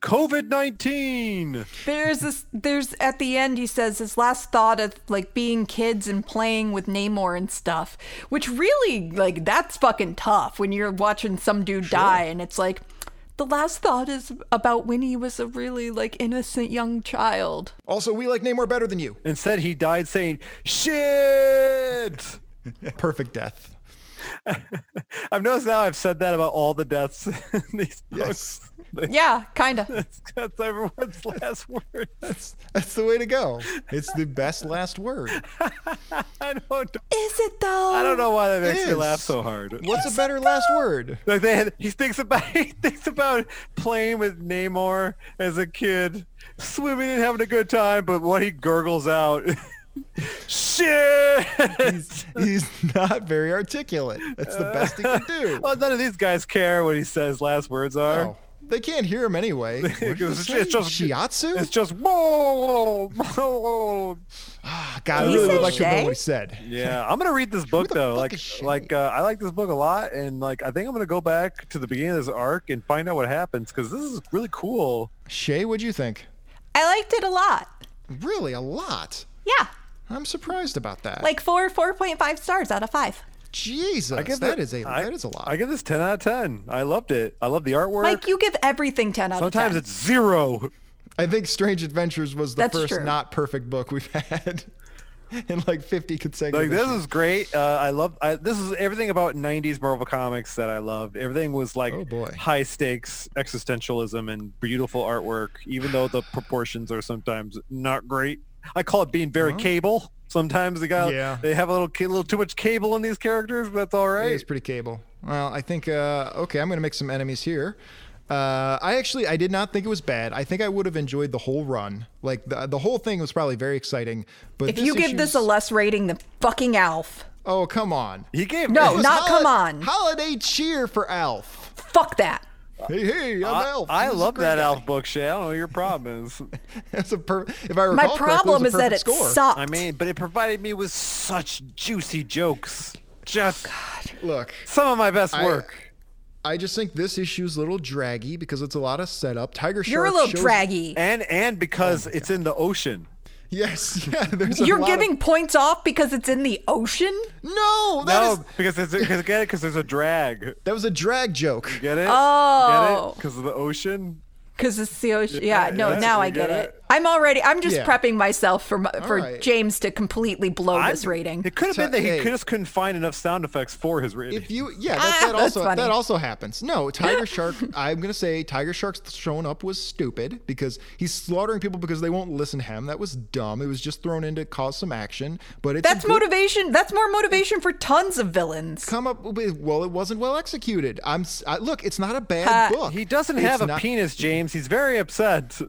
Speaker 5: COVID-19.
Speaker 3: There's this. There's at the end. He says his last thought of like being kids and playing with Namor and stuff, which really like that's fucking tough when you're watching some dude die and it's like the last thought is about when he was a really like innocent young child.
Speaker 4: Also, we like Namor better than you.
Speaker 5: Instead, he died saying, shit.
Speaker 4: Perfect death.
Speaker 5: I've noticed now I've said that about all the deaths in these books. Like,
Speaker 3: Yeah, kinda.
Speaker 5: That's everyone's last word.
Speaker 4: That's that's the way to go. It's the best last word.
Speaker 5: I don't.
Speaker 3: is it though?
Speaker 5: I don't know why that makes me
Speaker 4: is.
Speaker 5: laugh so hard.
Speaker 4: What's a better last word?
Speaker 5: Like they had, he thinks about he thinks about playing with Namor as a kid, swimming and having a good time, but what he gurgles out, shit.
Speaker 4: He's not very articulate. That's the best he can do.
Speaker 5: Well, Oh, none of these guys care what he says. Last words are.
Speaker 4: Oh, they can't hear him anyway. What did
Speaker 5: It's
Speaker 4: you say?
Speaker 5: just-
Speaker 4: Shiatsu.
Speaker 5: It's just whoa, whoa.
Speaker 4: Ah, God, I
Speaker 3: He
Speaker 4: really would
Speaker 3: said
Speaker 4: like to know
Speaker 3: Shay?
Speaker 4: what he said.
Speaker 5: Yeah, I'm gonna read this book
Speaker 4: the
Speaker 5: though.
Speaker 4: fuck
Speaker 5: Like,
Speaker 4: is she?
Speaker 5: like uh, I like this book a lot, and like I think I'm gonna go back to the beginning of this arc and find out what happens because this is really cool.
Speaker 4: Shay, what'd you think?
Speaker 3: I liked it a lot.
Speaker 4: Really, a lot.
Speaker 3: Yeah,
Speaker 4: I'm surprised about that.
Speaker 3: like four, four point five stars out of five.
Speaker 4: Jesus,
Speaker 5: give
Speaker 4: that
Speaker 5: it-
Speaker 4: is a
Speaker 5: I-
Speaker 4: that is a lot.
Speaker 5: I give this 10 out of 10. I loved it. I love the artwork.
Speaker 3: Like you give everything ten out
Speaker 5: Sometimes
Speaker 3: of ten.
Speaker 5: it's zero.
Speaker 4: I think Strange Adventures was the
Speaker 3: That's
Speaker 4: first
Speaker 3: true.
Speaker 4: not perfect book we've had in like 50 consecutive.
Speaker 5: Like this
Speaker 4: issues.
Speaker 5: is great. Uh, I love. I, this is everything about '90s Marvel comics that I loved. Everything was like
Speaker 4: Oh, boy.
Speaker 5: high stakes existentialism and beautiful artwork, even though the proportions are sometimes not great. I call it being very cable. Sometimes they got
Speaker 4: Yeah.
Speaker 5: they have a little ca- little too much cable in these characters, but that's all
Speaker 4: It
Speaker 5: right.
Speaker 4: is pretty cable. Well, I think uh, okay, I'm gonna make some enemies here. Uh, I actually I did not think it was bad. I think I would have enjoyed the whole run. Like the the whole thing was probably very exciting. But
Speaker 3: If you give this a
Speaker 4: issue's-
Speaker 3: less rating than fucking Alf,
Speaker 4: oh come on,
Speaker 5: He gave
Speaker 3: No,
Speaker 5: this-
Speaker 3: not- come on.
Speaker 4: Holiday cheer for Alf.
Speaker 3: fuck that.
Speaker 4: Hey hey, I'm
Speaker 5: I,
Speaker 4: Alf.
Speaker 5: I
Speaker 4: This is a
Speaker 5: love
Speaker 4: great
Speaker 5: that
Speaker 4: guy.
Speaker 5: Alf book, Shay. I don't know what your problem is.
Speaker 4: That's a per- if I recall
Speaker 3: My
Speaker 4: correctly, it was a
Speaker 3: problem is that
Speaker 4: perfect
Speaker 3: it
Speaker 4: score.
Speaker 3: sucked.
Speaker 5: I mean, but it provided me with such juicy jokes. Just
Speaker 4: Look,
Speaker 5: some of my best
Speaker 4: I-
Speaker 5: work.
Speaker 4: I just think this issue's a little draggy because it's a lot of setup. Tiger Shark.
Speaker 3: You're a little
Speaker 4: shows-
Speaker 3: draggy.
Speaker 5: and and because
Speaker 4: Oh
Speaker 5: it's in the ocean.
Speaker 4: Yes, yeah. There's a
Speaker 3: You're
Speaker 4: lot of-
Speaker 3: giving points off because it's in the ocean?
Speaker 4: no. That
Speaker 5: No,
Speaker 4: is-
Speaker 5: because it's because get it because there's a drag.
Speaker 4: that was a drag joke.
Speaker 5: Get it?
Speaker 3: Oh.
Speaker 5: Get it? Because of the ocean.
Speaker 3: Because it's the ocean. Yeah, no,
Speaker 5: Yes,
Speaker 3: now
Speaker 5: you
Speaker 3: I get it. I'm already. I'm just
Speaker 4: Yeah.
Speaker 3: prepping myself for my- for
Speaker 4: right.
Speaker 3: James to completely blow
Speaker 5: I-
Speaker 3: this rating.
Speaker 5: It could have
Speaker 4: So,
Speaker 5: been that he
Speaker 4: hey.
Speaker 5: could just couldn't find enough sound effects for his rating.
Speaker 4: If you, yeah,
Speaker 3: Ah,
Speaker 4: that, that
Speaker 3: that's
Speaker 4: also
Speaker 3: funny.
Speaker 4: that also happens. No, Tiger Shark. I'm gonna say Tiger Shark's showing up was stupid because he's slaughtering people because they won't listen to him. That was dumb. It was just thrown in to cause some action. But it's a
Speaker 3: That's
Speaker 4: good-
Speaker 3: motivation. That's more motivation for tons of villains.
Speaker 4: Come up with well, it wasn't well executed. I'm s- I, look. It's not a bad book.
Speaker 5: he doesn't
Speaker 4: It's
Speaker 5: have a
Speaker 4: not-
Speaker 5: penis, James. He's very upset.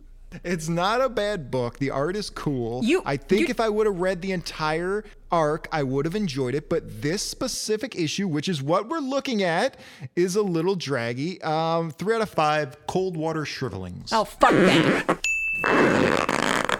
Speaker 4: It's not a bad book. The art is cool.
Speaker 3: You-
Speaker 4: I think
Speaker 3: you-
Speaker 4: if I would have read the entire arc, I would have enjoyed it. But this specific issue, which is what we're looking at, is a little draggy. Um, three out of five cold water shrivelings.
Speaker 3: Oh fuck that!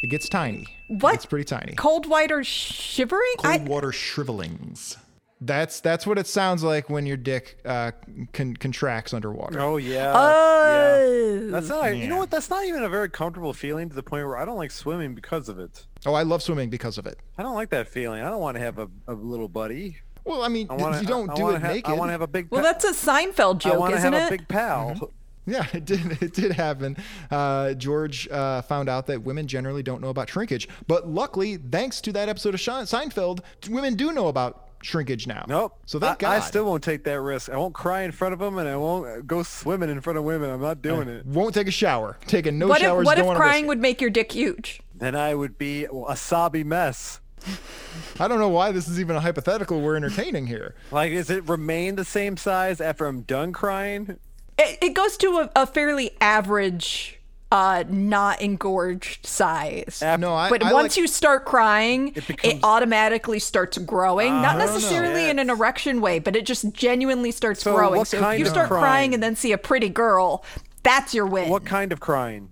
Speaker 4: It gets tiny.
Speaker 3: What?
Speaker 4: It's pretty tiny.
Speaker 3: Cold white or shivering? I,
Speaker 4: water shrivelings. That's that's what it sounds like when your dick uh, con- contracts underwater.
Speaker 5: Oh yeah.
Speaker 3: Oh.
Speaker 5: yeah. That's not. You know what? That's not even a very comfortable feeling to the point where I don't like swimming because of it.
Speaker 4: Oh, I love swimming because of it.
Speaker 5: I don't like that feeling. I don't want to have a, a little buddy.
Speaker 4: Well, I mean,
Speaker 5: I want
Speaker 4: you don't
Speaker 5: I,
Speaker 4: do
Speaker 5: wanna
Speaker 4: it
Speaker 5: ha-
Speaker 4: naked.
Speaker 5: I want to have a big.
Speaker 3: well,
Speaker 5: pa-
Speaker 3: that's a Seinfeld
Speaker 5: I
Speaker 3: joke,
Speaker 5: wanna
Speaker 3: isn't
Speaker 5: have a
Speaker 3: it?
Speaker 5: big pal.
Speaker 4: Mm-hmm. Yeah, it did. It did happen. Uh, George uh, found out that women generally don't know about shrinkage, but luckily, thanks to that episode of Sha- Seinfeld, women do know about shrinkage now.
Speaker 5: Nope.
Speaker 4: So thank
Speaker 5: I, I
Speaker 4: God.
Speaker 5: still won't take that risk. I won't cry in front of them, and I won't go swimming in front of women. I'm not doing it.
Speaker 4: won't take a shower. Taking no
Speaker 3: what if
Speaker 4: showers.
Speaker 3: what
Speaker 4: don't
Speaker 3: if
Speaker 4: wanna
Speaker 3: crying
Speaker 4: risk
Speaker 3: would make your dick huge?
Speaker 5: Then I would be a sobby mess.
Speaker 4: it. I don't know why this is even a hypothetical we're entertaining here.
Speaker 5: Like, is it remain the same size after I'm done crying?
Speaker 3: It, it goes to a, a fairly average, uh, not engorged size.
Speaker 4: No, I.
Speaker 3: but
Speaker 4: I
Speaker 3: once
Speaker 4: like-
Speaker 3: you start crying, it,
Speaker 5: becomes- Ah,
Speaker 3: automatically starts growing. Not necessarily in an
Speaker 5: Yes.
Speaker 3: erection way, but it just genuinely starts
Speaker 5: So
Speaker 3: growing.
Speaker 5: what
Speaker 3: So if
Speaker 5: kind
Speaker 3: you
Speaker 5: of
Speaker 3: start crying?
Speaker 5: crying?
Speaker 3: and then see a pretty girl, that's your win.
Speaker 5: What kind of crying?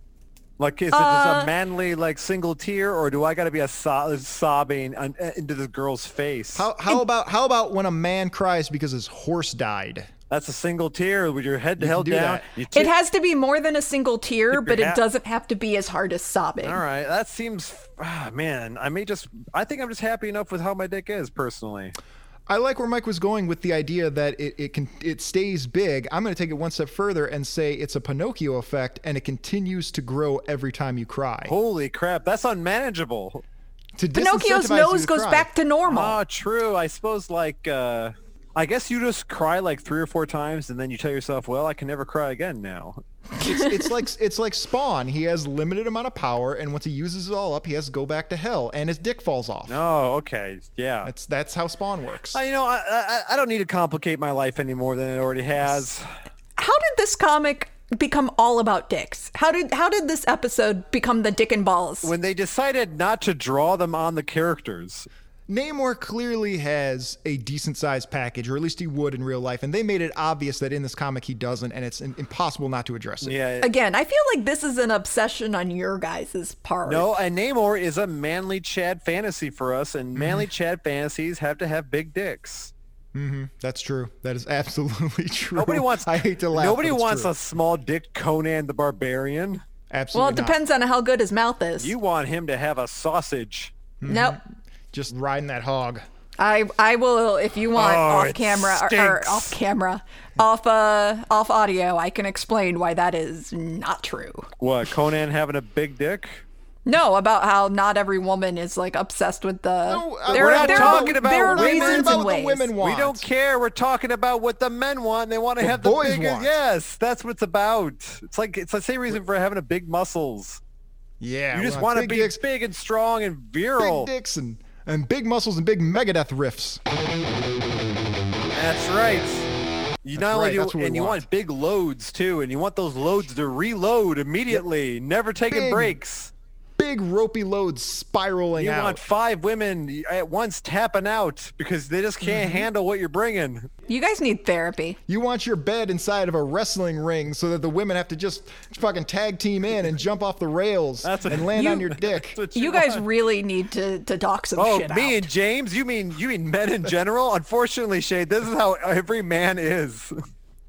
Speaker 5: Like, is it
Speaker 3: Uh,
Speaker 5: just a manly, like, single tear, or do I got to be a so- sobbing un- into this girl's face?
Speaker 4: How, how about how about when a man cries because his horse died?
Speaker 5: That's a single tear with your head held
Speaker 4: do
Speaker 5: down.
Speaker 4: that.
Speaker 5: You tear-
Speaker 3: It has to be more than a single tear, but it
Speaker 5: hat-
Speaker 3: doesn't have to be as hard as sobbing.
Speaker 5: All right, that seems. Ah, man, I may just. I think I'm just happy enough with how my dick is personally.
Speaker 4: I like where Mike was going with the idea that it, it can it stays big. I'm going to take it one step further and say it's a Pinocchio effect, and it continues to grow every time you cry.
Speaker 5: Holy crap, that's unmanageable.
Speaker 4: To
Speaker 3: Pinocchio's
Speaker 4: disincentivize you
Speaker 3: nose
Speaker 4: to
Speaker 3: goes
Speaker 4: cry.
Speaker 3: back to normal.
Speaker 5: Ah, true. I suppose like uh I guess you just cry like three or four times and then you tell yourself, Well, I can never cry again now.
Speaker 4: It's, it's like it's like Spawn. He has limited amount of power, and once he uses it all up, he has to go back to hell, and his dick falls off.
Speaker 5: Oh, okay. Yeah.
Speaker 4: That's that's how Spawn works.
Speaker 5: I, you know, I, I I don't need to complicate my life any more than it already has.
Speaker 3: How did this comic become all about dicks? How did how did this episode become the dick and balls?
Speaker 5: When they decided not to draw them on the characters.
Speaker 4: Namor clearly has a decent sized package, or at least he would in real life, and they made it obvious that in this comic he doesn't, and it's im- impossible not to address it.
Speaker 5: Yeah.
Speaker 3: Again, I feel like this is an obsession on your guys' part.
Speaker 5: No, and Namor is a manly Chad fantasy for us, and manly Chad fantasies have to have big dicks.
Speaker 4: That's true. That is absolutely true.
Speaker 5: Nobody wants.
Speaker 4: I hate to laugh.
Speaker 5: Nobody
Speaker 4: but it's
Speaker 5: wants
Speaker 4: true.
Speaker 5: a small dick Conan the Barbarian.
Speaker 4: Absolutely.
Speaker 3: Well, it
Speaker 4: not.
Speaker 3: depends on how good his mouth is.
Speaker 5: You Mm-hmm. want him to have a sausage.
Speaker 3: Nope.
Speaker 4: Just riding that hog.
Speaker 3: I I will if you want
Speaker 5: Oh,
Speaker 3: off
Speaker 5: it
Speaker 3: camera or, or
Speaker 5: stinks.
Speaker 3: off camera, off uh off audio. I can explain why that is not true.
Speaker 5: What, Conan having a big dick?
Speaker 3: No, about how not every woman is like obsessed with the.
Speaker 4: No, uh,
Speaker 3: there
Speaker 4: we're
Speaker 3: are-
Speaker 5: not
Speaker 3: there are-
Speaker 5: talking about
Speaker 3: there are
Speaker 5: women. We're
Speaker 3: reasons
Speaker 4: about
Speaker 3: and
Speaker 4: what the
Speaker 3: ways.
Speaker 4: women want.
Speaker 5: We don't care. We're talking about what the men want. They want to
Speaker 4: What
Speaker 5: have the
Speaker 4: boys
Speaker 5: bigger.
Speaker 4: want.
Speaker 5: Yes, that's what it's about. It's like it's the same reason for having a big muscles.
Speaker 4: Yeah.
Speaker 5: You just
Speaker 4: want
Speaker 5: want to
Speaker 4: big
Speaker 5: be
Speaker 4: dicks,
Speaker 5: big and strong and virile.
Speaker 4: big dicks and, and big muscles and big megadeth riffs.
Speaker 5: That's right. You not only
Speaker 4: right,
Speaker 5: do,
Speaker 4: that's what we
Speaker 5: and you
Speaker 4: want.
Speaker 5: want. big loads too, and you want those loads to reload immediately, never taking
Speaker 4: Big
Speaker 5: breaks.
Speaker 4: Big ropey loads spiraling
Speaker 5: You
Speaker 4: out.
Speaker 5: want five women at once tapping out because they just
Speaker 3: Mm-hmm.
Speaker 5: can't handle what you're bringing.
Speaker 3: You guys need therapy.
Speaker 4: you want your bed inside of a wrestling ring so that the women have to just fucking tag team in and jump off the rails
Speaker 5: That's what-
Speaker 4: and land on
Speaker 3: You-
Speaker 4: your dick.
Speaker 5: That's what
Speaker 3: You, guys really need to to talk some
Speaker 5: Oh,
Speaker 3: shit
Speaker 5: me
Speaker 3: out.
Speaker 5: and James? You mean you mean men in general? Unfortunately, Shade, this is how every man is.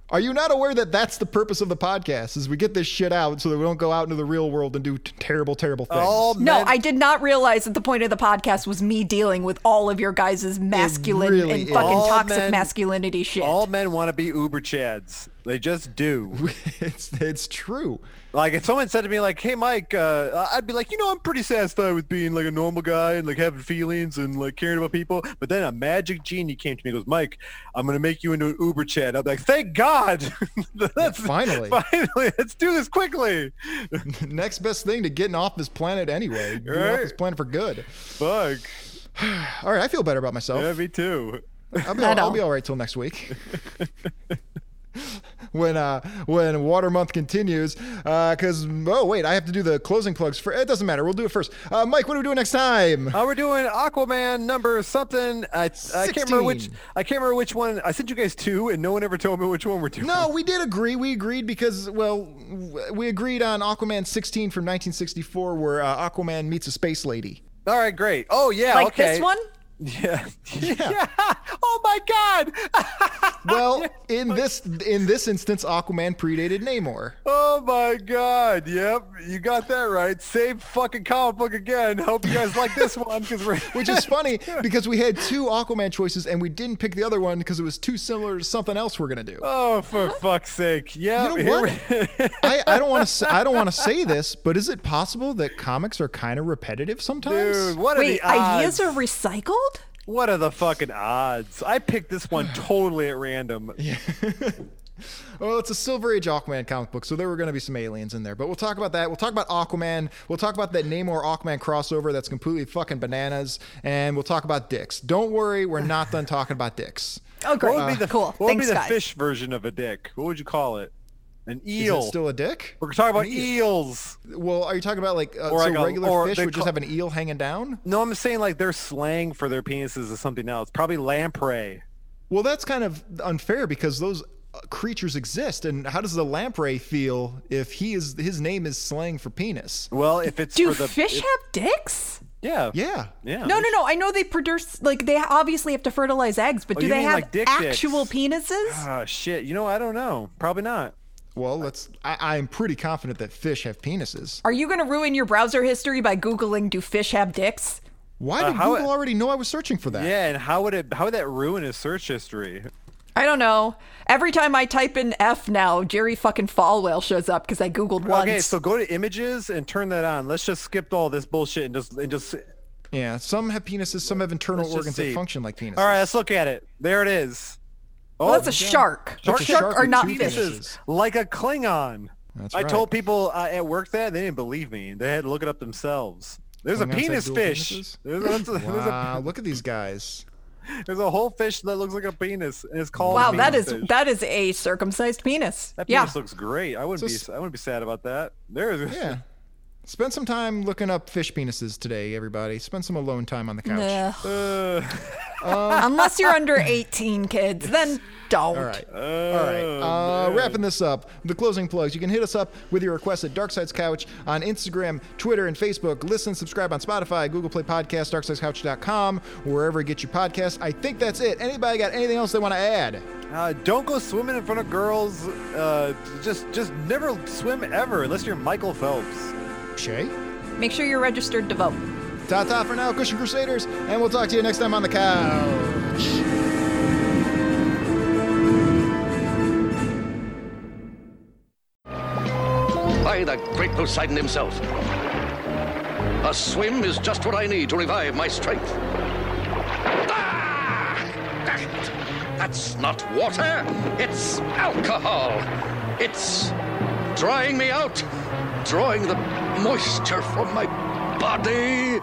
Speaker 4: Are you not aware that that's the purpose of the podcast? Is we get this shit out so that we don't go out into the real world and do t- terrible, terrible things.
Speaker 5: All
Speaker 3: No,
Speaker 5: men,
Speaker 3: I did not realize that the point of the podcast was me dealing with all of your guys' masculine
Speaker 4: really
Speaker 3: and
Speaker 4: is.
Speaker 3: fucking
Speaker 5: All
Speaker 3: toxic
Speaker 5: men-
Speaker 3: masculinity shit.
Speaker 5: all men want to be Uber Chads. They just do.
Speaker 4: it's it's true.
Speaker 5: Like if someone said to me like, "Hey Mike," uh, I'd be like, "You know, I'm pretty satisfied with being like a normal guy and like having feelings and like caring about people." But then a magic genie came to me and goes, "Mike, I'm gonna make you into an Uber chat." I'm like, "Thank God!" That's
Speaker 4: finally.
Speaker 5: finally, let's do this quickly.
Speaker 4: Next best thing to getting off this planet anyway. Getting off
Speaker 5: Right.
Speaker 4: this planet for good.
Speaker 5: Fuck.
Speaker 4: All right, I feel better about myself.
Speaker 5: Yeah, me too.
Speaker 4: I'll be,
Speaker 3: I
Speaker 4: all,
Speaker 3: know.
Speaker 4: I'll be all right till next week. when uh, when Water Month continues, because oh wait, I have to do the closing plugs for. It doesn't matter. We'll do it first. Uh, Mike, what are we doing next time?
Speaker 5: Uh, we're doing Aquaman number something. I, I can't remember which.
Speaker 4: 16.
Speaker 5: I can't remember which one. I sent you guys two, and no one ever told me which one we're doing.
Speaker 4: No, we did agree. We agreed because, well, w- we agreed on Aquaman 16 from 1964, where uh, Aquaman meets a space lady.
Speaker 5: All right, great. Oh yeah,
Speaker 3: Like
Speaker 5: okay.
Speaker 3: this one?
Speaker 5: Yeah. yeah. Oh my God.
Speaker 4: Well, in this in this instance, Aquaman predated Namor.
Speaker 5: Oh my God. Yep. You got that right. Same fucking comic book again. Hope you guys like this one because we're.
Speaker 4: Which is funny because we had two Aquaman choices and we didn't pick the other one because it was too similar to something else we're gonna do.
Speaker 5: Oh, for fuck's sake. Yeah.
Speaker 4: You know what? I, I don't want to I don't want to say this, but is it possible that comics are kind of repetitive sometimes?
Speaker 5: Dude, what are
Speaker 3: Wait,
Speaker 5: the odds?
Speaker 3: ideas are recycled?
Speaker 5: What are the fucking odds? I picked this one totally at random.
Speaker 4: Well, it's a Silver Age Aquaman comic book, so there were going to be some aliens in there. But we'll talk about that. We'll talk about Aquaman. We'll talk about that Namor Aquaman crossover that's completely fucking bananas. And we'll talk about dicks. Don't worry, we're not done talking about dicks.
Speaker 3: Oh,
Speaker 5: What
Speaker 3: great.
Speaker 5: would be the
Speaker 3: cool.
Speaker 5: What would
Speaker 3: Thanks,
Speaker 5: be the
Speaker 3: guys.
Speaker 5: fish version of a dick? What would you call it? An
Speaker 4: Is
Speaker 5: eel.
Speaker 4: it still a dick?
Speaker 5: We're talking about eels.
Speaker 4: Well, are you talking about like uh,
Speaker 5: Or
Speaker 4: so
Speaker 5: like a-
Speaker 4: regular
Speaker 5: or
Speaker 4: fish
Speaker 5: they
Speaker 4: would just
Speaker 5: call-
Speaker 4: have an eel hanging down?
Speaker 5: No, I'm saying like their slang for their penises is something else. Probably lamprey.
Speaker 4: Well, that's kind of unfair because those uh, creatures exist. And how does the lamprey feel if he is his name is slang for penis?
Speaker 5: Well, if it's
Speaker 3: Do
Speaker 5: for the
Speaker 3: fish
Speaker 5: if-
Speaker 3: have dicks?
Speaker 5: yeah,
Speaker 4: Yeah.
Speaker 5: yeah.
Speaker 3: No, no, no. I know they produce, like, they obviously have to fertilize eggs, but
Speaker 5: Oh,
Speaker 3: do
Speaker 5: you
Speaker 3: they
Speaker 5: mean
Speaker 3: have
Speaker 5: like dick dicks.
Speaker 3: actual penises?
Speaker 5: Ah, shit. You know, I don't know. Probably not.
Speaker 4: Well, let's. I, I'm pretty confident that fish have penises.
Speaker 3: Are you going to ruin your browser history by Googling, do fish have dicks?
Speaker 4: Why did
Speaker 5: how-
Speaker 4: Google already know I was searching for that?
Speaker 5: Yeah, and how would it? How would that ruin his search history?
Speaker 3: I don't know. Every time I type in F now, Jerry fucking Falwell shows up because I Googled once.
Speaker 5: Okay, so go to images and turn that on. Let's just skip all this bullshit and just and just.
Speaker 4: Yeah, Some have penises. Some have internal
Speaker 5: Let's just
Speaker 4: organs that
Speaker 5: see.
Speaker 4: function like penises.
Speaker 5: All right, let's look at it. There it is. Oh,
Speaker 3: well, that's a shark.
Speaker 4: That's a
Speaker 3: Shark,
Speaker 4: shark
Speaker 3: are
Speaker 4: with
Speaker 3: not
Speaker 4: two
Speaker 3: fishes.
Speaker 4: penises.
Speaker 5: penises like a Klingon.
Speaker 4: That's
Speaker 5: I
Speaker 4: right.
Speaker 5: told people uh, at work that they didn't believe me. They had to look it up themselves. There's
Speaker 4: Klingons
Speaker 5: a
Speaker 4: have
Speaker 5: penis
Speaker 4: dual
Speaker 5: fish.
Speaker 4: penises?
Speaker 5: There's, that's a- there's
Speaker 4: Wow,
Speaker 5: a,
Speaker 4: look at these guys.
Speaker 5: there's a whole fish that looks like a penis, and it's called.
Speaker 3: Wow,
Speaker 5: a
Speaker 3: that is
Speaker 5: penis fish.
Speaker 3: that is a circumcised penis.
Speaker 5: That
Speaker 3: yeah.
Speaker 5: penis looks great. I wouldn't
Speaker 4: So s-
Speaker 5: be. I wouldn't be sad about that. There is.
Speaker 4: Yeah. Spend some time looking up fish penises today, everybody. Spend some alone time on the couch.
Speaker 3: Ugh.
Speaker 5: Uh,
Speaker 3: Unless you're under 18, kids, then don't.
Speaker 4: All right. All right. Uh, wrapping this up, the closing plugs. You can hit us up with your requests at Darkside's Couch on Instagram, Twitter, and Facebook. Listen, subscribe on Spotify, Google Play Podcast, darksidescouch.com, wherever you get your podcast. I think that's it. Anybody got anything else they want to add?
Speaker 5: uh, don't go swimming in front of girls. Uh, just, just never swim ever unless you're Michael Phelps.
Speaker 4: Shay?
Speaker 3: Make sure you're registered to vote.
Speaker 4: Ta ta for now, Christian Crusaders, and we'll talk to you next time on the couch.
Speaker 6: by the great Poseidon himself. A swim is just what I need to revive my strength. Ah! Damn it! That's not water, it's alcohol. It's drying me out, drawing the moisture from my body.